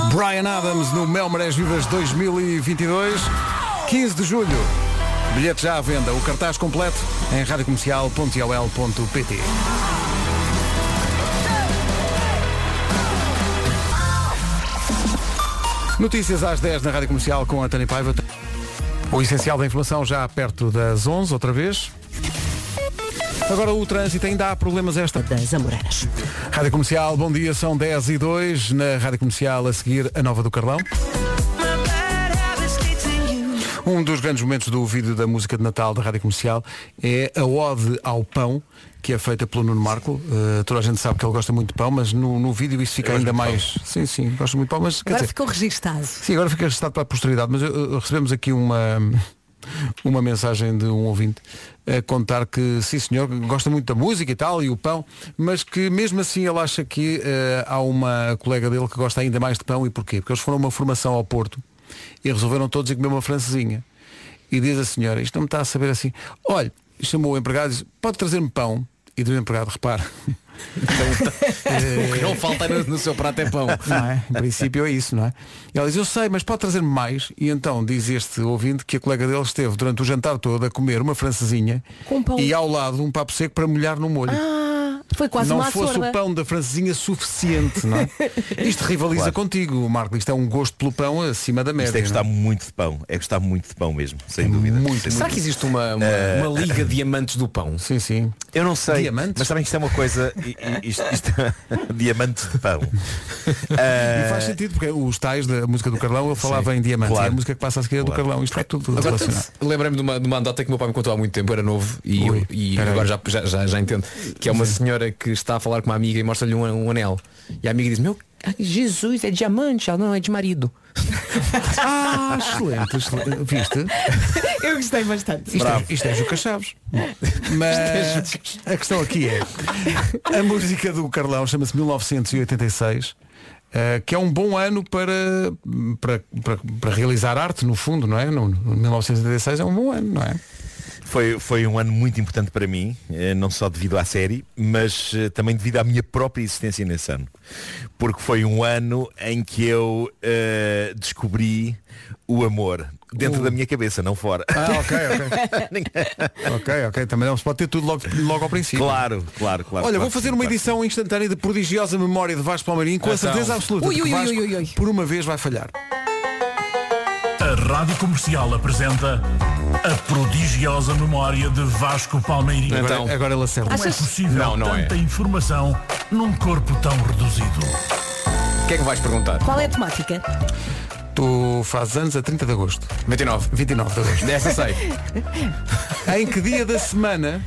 B: Brian Adams no Mel Marés Vivas 2022, 15 de julho. Bilhete já à venda. O cartaz completo em radiocomercial.ol.pt Notícias às 10 na Rádio Comercial com António Paiva. O essencial da informação já perto das 11, outra vez. Agora o trânsito ainda há problemas esta.
D: Das Amoreiras.
B: Rádio Comercial, bom dia, são 10 e 2 na Rádio Comercial a seguir a Nova do Carlão. Um dos grandes momentos do vídeo da música de Natal da Rádio Comercial é a ode ao pão, que é feita pelo Nuno Marco. Uh, toda a gente sabe que ele gosta muito de pão, mas no, no vídeo isso fica ainda mais. Sim, sim, gosto muito de pão, mas quer
C: Agora
B: dizer,
C: ficou registado.
B: Sim, agora fica registado para a posteridade, mas uh, uh, recebemos aqui uma, uma mensagem de um ouvinte a contar que, sim senhor, gosta muito da música e tal, e o pão, mas que mesmo assim ele acha que uh, há uma colega dele que gosta ainda mais de pão, e porquê? Porque eles foram a uma formação ao Porto e resolveram todos ir comer uma francesinha. E diz a senhora, isto não me está a saber assim, olha, chamou o empregado e disse, pode trazer-me pão? E do empregado, repara.
F: O que não falta no, no seu prato é pão.
B: [laughs] Não é? Em princípio é isso, não é? E ela diz, eu sei, mas pode trazer-me mais. E então diz este ouvinte que a colega dele esteve durante o jantar todo a comer uma francesinha
C: Com pão.
B: e ao lado um papo seco para molhar no molho.
C: Ah, foi quase
B: não
C: uma
B: fosse
C: açorba.
B: o pão da francesinha suficiente,
C: [laughs]
B: não é? Isto rivaliza contigo, Marco. Isto é um gosto pelo pão acima da média.
E: Isto
B: não
E: é gostar muito de pão. É gostar muito de pão mesmo, sem dúvida. Sem
F: Será
E: dúvida.
F: que existe uma, uma,
E: Eh,
F: uma liga diamantes do pão?
B: Sim, sim.
E: Eu não sei.
F: Diamantes?
E: Mas também isto é uma coisa. i- i- Isto, isto, [laughs] diamante de pão. Eh,
B: E faz sentido, porque os tais da música do Carlão, eu falava em diamantes.
E: claro.
B: E a música que passa a seguir é do Carlão. Isto é tudo
F: Agora,
B: relacionado.
F: Lembrei-me de uma, de uma anedota que o meu pai me contou há muito tempo, era novo e, eu- e agora já, já, já, já entendo, que é uma senhora senhora que está a falar com uma amiga e mostra-lhe um, um anel. E a amiga diz, meu ai, Jesus, é diamante, ela não é de marido. [laughs] ah, excelente, excelente. Viste?
C: Eu gostei bastante.
Q: Isto é, isto é Juca Chaves.
B: Mas a questão aqui é A música do Carlão chama-se 1986 eh, que é um bom ano para, para, para, para realizar arte, no fundo, não é? No, no 1986 é um bom ano, não é?
E: Foi, foi um ano muito importante para mim, eh, não só devido à série, mas eh, também devido à minha própria existência nesse ano. Porque foi um ano em que eu eh, descobri o amor dentro
B: Uh.
E: da minha cabeça, não fora.
B: Ah, ok, ok. [laughs] ok, ok. Também não se pode ter tudo logo, logo ao princípio.
E: Claro, claro, claro.
B: Olha,
E: claro,
B: vou fazer
E: sim,
B: uma
E: claro.
B: edição instantânea de prodigiosa memória de Vasco Palmeirim com a
E: Então.
B: certeza absoluta
E: Ui,
B: de que
E: ui, ui,
B: Vasco,
E: ui, ui.
B: por uma vez vai falhar.
L: A Rádio Comercial apresenta a prodigiosa memória de Vasco Palmeirinho.
B: Então, Agora- agora ele acerta.
L: Não é
B: Achas-
L: possível
B: Não, não é.
L: tanta informação num corpo tão reduzido.
F: O que é que vais perguntar?
C: Qual é a temática?
E: Ah.
B: Tu fazes anos a 30 de agosto.
F: 29.
B: 29 de
E: [laughs]
B: agosto.
F: Dessa sei.
B: em que dia da semana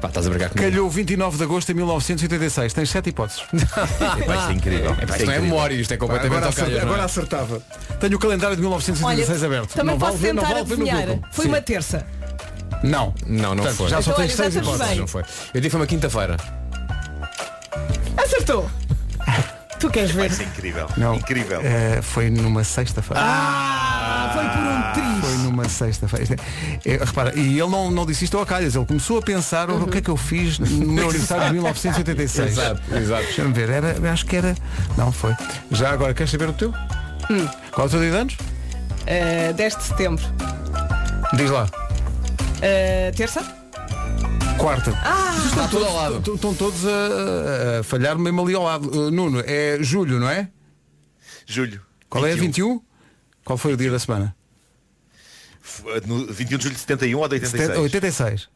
F: Pá, estás a brigar comigo.
B: calhou 29 de agosto de 1986? Tens sete hipóteses.
F: Epá, isto é incrível. Epá, isto não é memória, isto é completamente
B: agora,
F: ao calhar,
B: acer-
F: não é?
B: agora acertava. Tenho o calendário de 1986 aberto.
C: também
B: não
C: posso
B: vale ver, não
C: tentar
B: vale ver no
C: adivinhar.
B: Google.
C: Foi
B: Sim.
C: uma terça.
B: Não.
F: Não, não
B: Portanto,
F: foi.
B: já só
C: Então,
B: tens
C: olha,
B: seis
C: já estamos
B: hipóteses.
C: bem.
F: Não foi. Eu disse foi uma quinta-feira.
B: [laughs]
C: Acertou. Tu queres ver?
E: é Incrível.
B: Não.
E: Incrível.
B: Eh, foi numa sexta-feira.
C: Ah, foi por um triz.
B: Foi numa sexta-feira. Isto é- é, repara, e ele não, não disse isto ao calhas, ele começou a pensar
C: Uhum.
B: o que é que eu fiz no meu aniversário de 1986.
F: Exato, exato.
B: Deixa-me ver, era, acho que era. Não foi. Já agora, queres saber o teu?
C: Hum.
B: Qual é o teu dia de anos?
C: Uh, 10 de setembro.
B: Diz lá.
C: Uh, terça?
B: Quarta.
C: Ah!
B: Estão todos, estão- estão todos a, a falhar mesmo ali ao lado. Uh, Nuno, é julho, não é?
E: Julho.
B: Qual
E: um.
B: é? 21? Qual foi o dia da semana?
E: F- eh, No 21 de julho de 71 ou de 86?
B: 86.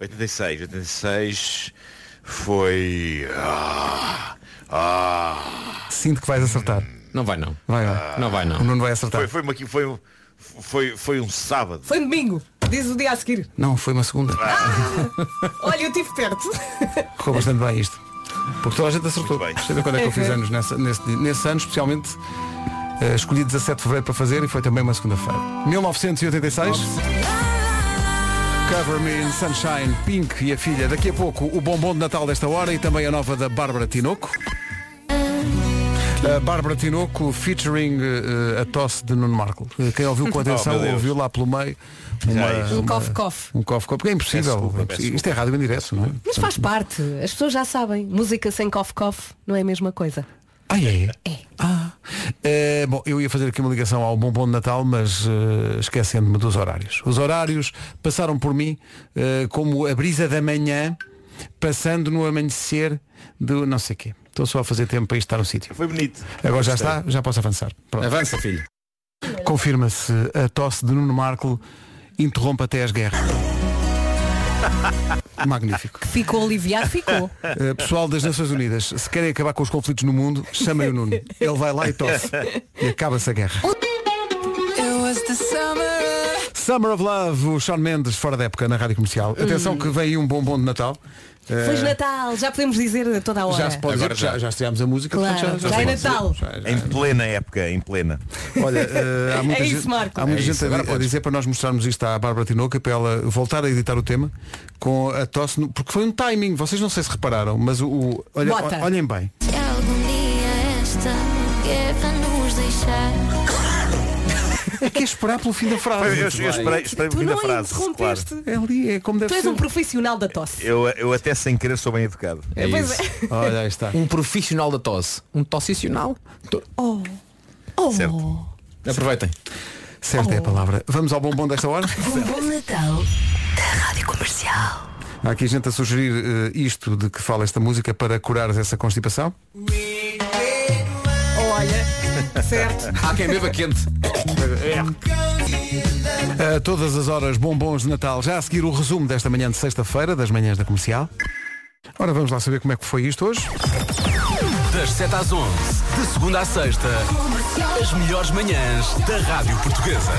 E: 86, 86 foi. Ah, ah.
B: Sinto que vais acertar.
F: Não vai não.
B: Vai, vai.
F: Não vai não.
B: O Nuno vai acertar.
E: Foi, foi, uma, foi, um- foi, foi um sábado.
C: Foi domingo. Diz o dia a seguir.
B: Não, foi uma segunda.
E: Ah,
C: Olha, eu estive perto.
B: Ficou bastante bem isto. Porque toda a gente acertou. Sei de quando é que eu fiz
C: Ok.
B: anos nessa- nesse, nesse ano, especialmente eh, escolhi 17 de Fevereiro para fazer e foi também uma segunda-feira. 1986. Cover Me in Sunshine, Pink e a filha. Daqui a pouco o bombom de Natal desta hora e também a nova da Bárbara Tinoco. A Bárbara Tinoco featuring eh, a tosse de Nuno Marco. Eh, Quem ouviu com
E: [laughs] Oh,
B: atenção
E: meu Deus.
B: ouviu lá pelo meio
E: Já é
B: uma,
E: isso. Um
B: uma-
C: cough-cough.
B: Um cough-cough, porque é impossível.
E: Peço desculpa, peço
B: Isto é rádio em direto, não é?
C: Mas faz parte. As pessoas já sabem. Música sem cof-cof não é a mesma coisa.
B: Ah, é? É. Ah. Eh, bom, eu ia fazer aqui uma ligação ao Bombom de Natal, mas eh, esquecendo-me dos horários. Os horários passaram por mim eh, como a brisa da manhã, passando no amanhecer do não sei quê. Estou só a fazer tempo para isto estar no sítio.
E: Foi bonito.
B: Agora já está, já posso avançar. Pronto.
F: Avança, filho.
B: Confirma-se a tosse de Nuno Marco interrompe até as guerras. Magnífico.
C: Ficou aliviado?
B: [laughs]
C: Ficou.
B: Eh, pessoal das Nações Unidas, se querem acabar com os conflitos no mundo, chamem o Nuno. Ele vai lá e tosse. E acaba-se a guerra. Summer of Love, o Sean Mendes, fora da época, na rádio comercial. Atenção que vem aí um bombom de Natal. Eh,
C: Feliz Natal. Já podemos dizer a toda a hora.
B: já se pode dizer, que já, já estreámos a música.
C: Claro,
B: portanto,
C: já é
B: se pode
C: Natal.
B: dizer. Já- já-
E: Em plena época, em plena.
B: Olha, eh, há muita
C: É isso,
B: gente,
C: Marco.
B: há muita
E: É
B: gente
E: isso,
B: a,
E: agora
B: di- a
E: podes.
B: dizer para nós mostrarmos isto à Bárbara Tinoca para ela voltar a editar o tema com a tosse, no- porque foi um timing, vocês não sei se repararam, mas o. o- olha,
I: Bota.
B: o- olhem bem.
I: Se algum dia esta guerra nos deixar.
B: É que é esperar pelo fim da frase.
E: Eu, eu- eu esperei, esperei o
C: Tu
E: fim da
C: não
E: frase. Claro.
C: interrompeste.
B: É ali, é como deve
C: Tu és
B: ser.
C: um profissional da tosse.
E: Eu, eu até sem querer sou bem educado.
F: É
C: Pois
F: isso.
B: Olha, aí está.
F: Um profissional da tosse. Um tossicional. To-
C: Oh. Oh.
E: Certo.
F: Aproveitem.
B: Certa é a palavra. Vamos ao bombom desta
I: [laughs]
B: hora?
I: Um Bom Natal da Rádio Comercial.
B: Há aqui gente a sugerir eh, isto de que fala esta música para curar essa constipação.
C: Olha. Certo.
F: Há
B: É
F: quem beba quente.
B: A todas as horas, bombons de Natal. Já a seguir o resumo desta manhã de sexta-feira, das manhãs da comercial. Ora, vamos lá saber como é que foi isto hoje.
R: Das 7 às 11, de segunda à sexta, as melhores manhãs da Rádio Portuguesa.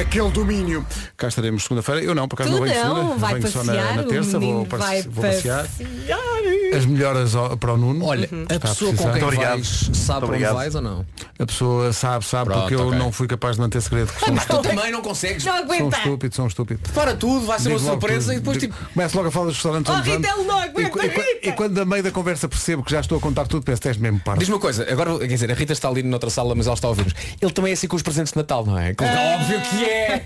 B: Aquele domínio. Cá estaremos segunda-feira. Eu não, por acaso
R: Tu
B: não venho
R: não,
B: segunda.
R: vai
B: venho só na-
R: passear,
B: na,
R: o
B: terça, vou,
R: menino
B: passe-
R: vai
B: vou passear.
R: passear.
B: As melhoras ao- para o Nuno.
F: Olha, a
B: Está
F: pessoa com
B: precisar.
F: quem vais sabe para onde vais ou não?
B: A pessoa sabe, sabe,
F: Pronto,
B: porque eu
F: ok.
B: não fui capaz de manter segredo.
R: [laughs]
B: Sou
F: Mas tu também não consegues. Não
B: sou um estúpido, sou um estúpido.
F: Para tudo, vai ser é uma
B: Digo logo
F: surpresa
B: tudo.
F: e depois
B: Digo-
F: tipo.
B: Começo logo a falar dos restaurantes
F: Oh,
B: onde
F: Rita,
B: ando.
F: logo,
B: E cu- e cu- E quando a meio da conversa percebo que já estou a contar tudo, peço tens mesmo parte.
F: Diz-me uma coisa, agora quer dizer, a Rita está ali noutra sala, mas ela está a ouvir-nos. Ele também é assim com os presentes de Natal, não é? Com- Óbvio que [laughs] é!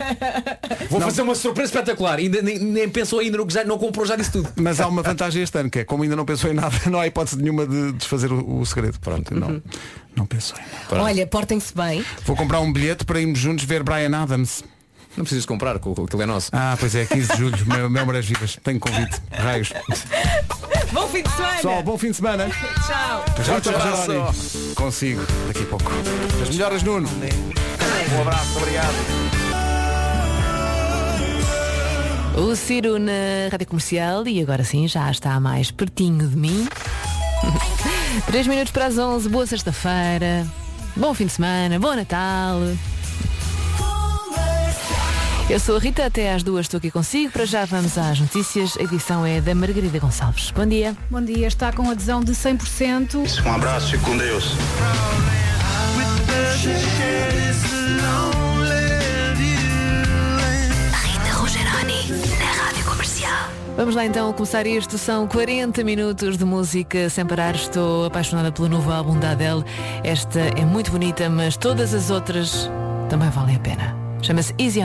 F: Vou fazer uma surpresa espetacular. Ainda nem, nem pensou ainda no que já não comprou, já disse tudo.
B: Mas há uma vantagem este ano, que é como ainda não pensou em nada, [laughs] não há hipótese nenhuma de desfazer o, o segredo. Pronto,
F: Uhum.
B: não. Não pensou em nada.
D: Olha, portem-se bem.
B: Vou comprar um bilhete para irmos juntos ver Brian Adams.
F: Não precisas comprar, co- co- aquilo é nosso.
B: Ah, pois é, 15 de julho, meu, meu Marés Vivas. Tenho convite. Raios.
D: Bom fim de semana.
B: Pessoal, bom fim de semana.
D: Tchau.
B: Tchau, tchau, Jerónimo. Consigo, daqui a pouco. As melhoras, Nuno.
E: Um abraço, obrigado.
C: O Ciro na Rádio Comercial e agora sim já está mais pertinho de mim. [laughs] 3 minutos para as 11, boa sexta-feira, bom fim de semana, bom Natal. Eu sou a Rita, até às duas estou aqui consigo. Para já vamos às notícias. A edição é da Margarida Gonçalves. Bom dia.
S: Bom dia, está com adesão de 100%.
E: Um abraço e com Deus.
C: Rita Rogeroni, na Rádio Comercial. Vamos lá então começar isto. São 40 minutos de música sem parar. Estou apaixonada pelo novo álbum da Adele. Esta é muito bonita, mas todas as outras também valem a pena. Chama-se Easy on